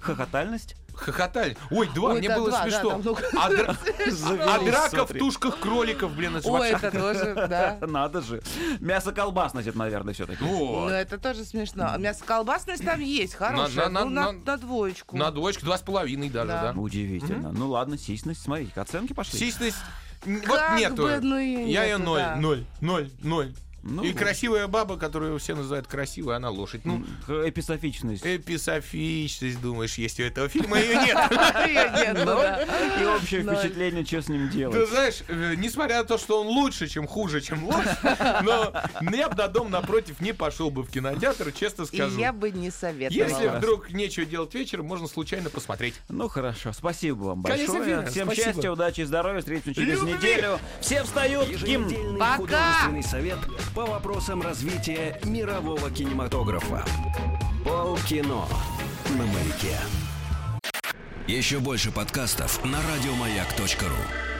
хохотальность? хохотали. Ой, два, Ой, мне да, было два, да, смешно. там много а, [LAUGHS] дра- а Завелись, драка в смотри. тушках кроликов, блин, это Ой, вообще- это тоже, да. Надо же. Мясо колбасность это, наверное, все-таки. Ну, [LAUGHS] Вот. это тоже смешно. А мясоколбасность там есть, хорошая. на- Ну, на- на на- на двоечку. [LAUGHS] На двоечку два с половиной даже, Да. да? Удивительно. Ну ладно, сисность, смотрите, оценки пошли. Сисность... м, Вот Как нету. бы, ну и Я ее нету, ноль, да. ноль, ноль, ноль. Ну, и да. красивая баба, которую все называют красивой, она лошадь. Ну, Х- Эписофичность. э, эписофичность, думаешь, есть у этого фильма, ее [LAUGHS] нет. Её нет, [LAUGHS] ну да. И общее Ноль. впечатление, что с ним Ты делать. знаешь, э, несмотря на то, что он лучше, чем хуже, чем ложь, [LAUGHS] но я бы на дом напротив не пошел бы в кинотеатр, честно И скажу. я бы не Если советовала. вдруг нечего делать вечером, можно случайно посмотреть. Ну хорошо, спасибо вам Конец большое. эфира, Всем спасибо. счастья, удачи и здоровья. Встретимся через Любви! неделю. Все встают. Гимн. Еженедельный Пока! художественный совет по вопросам развития мирового кинематографа. Полкино на маяке. Еще больше подкастов на радиомаяк.ру.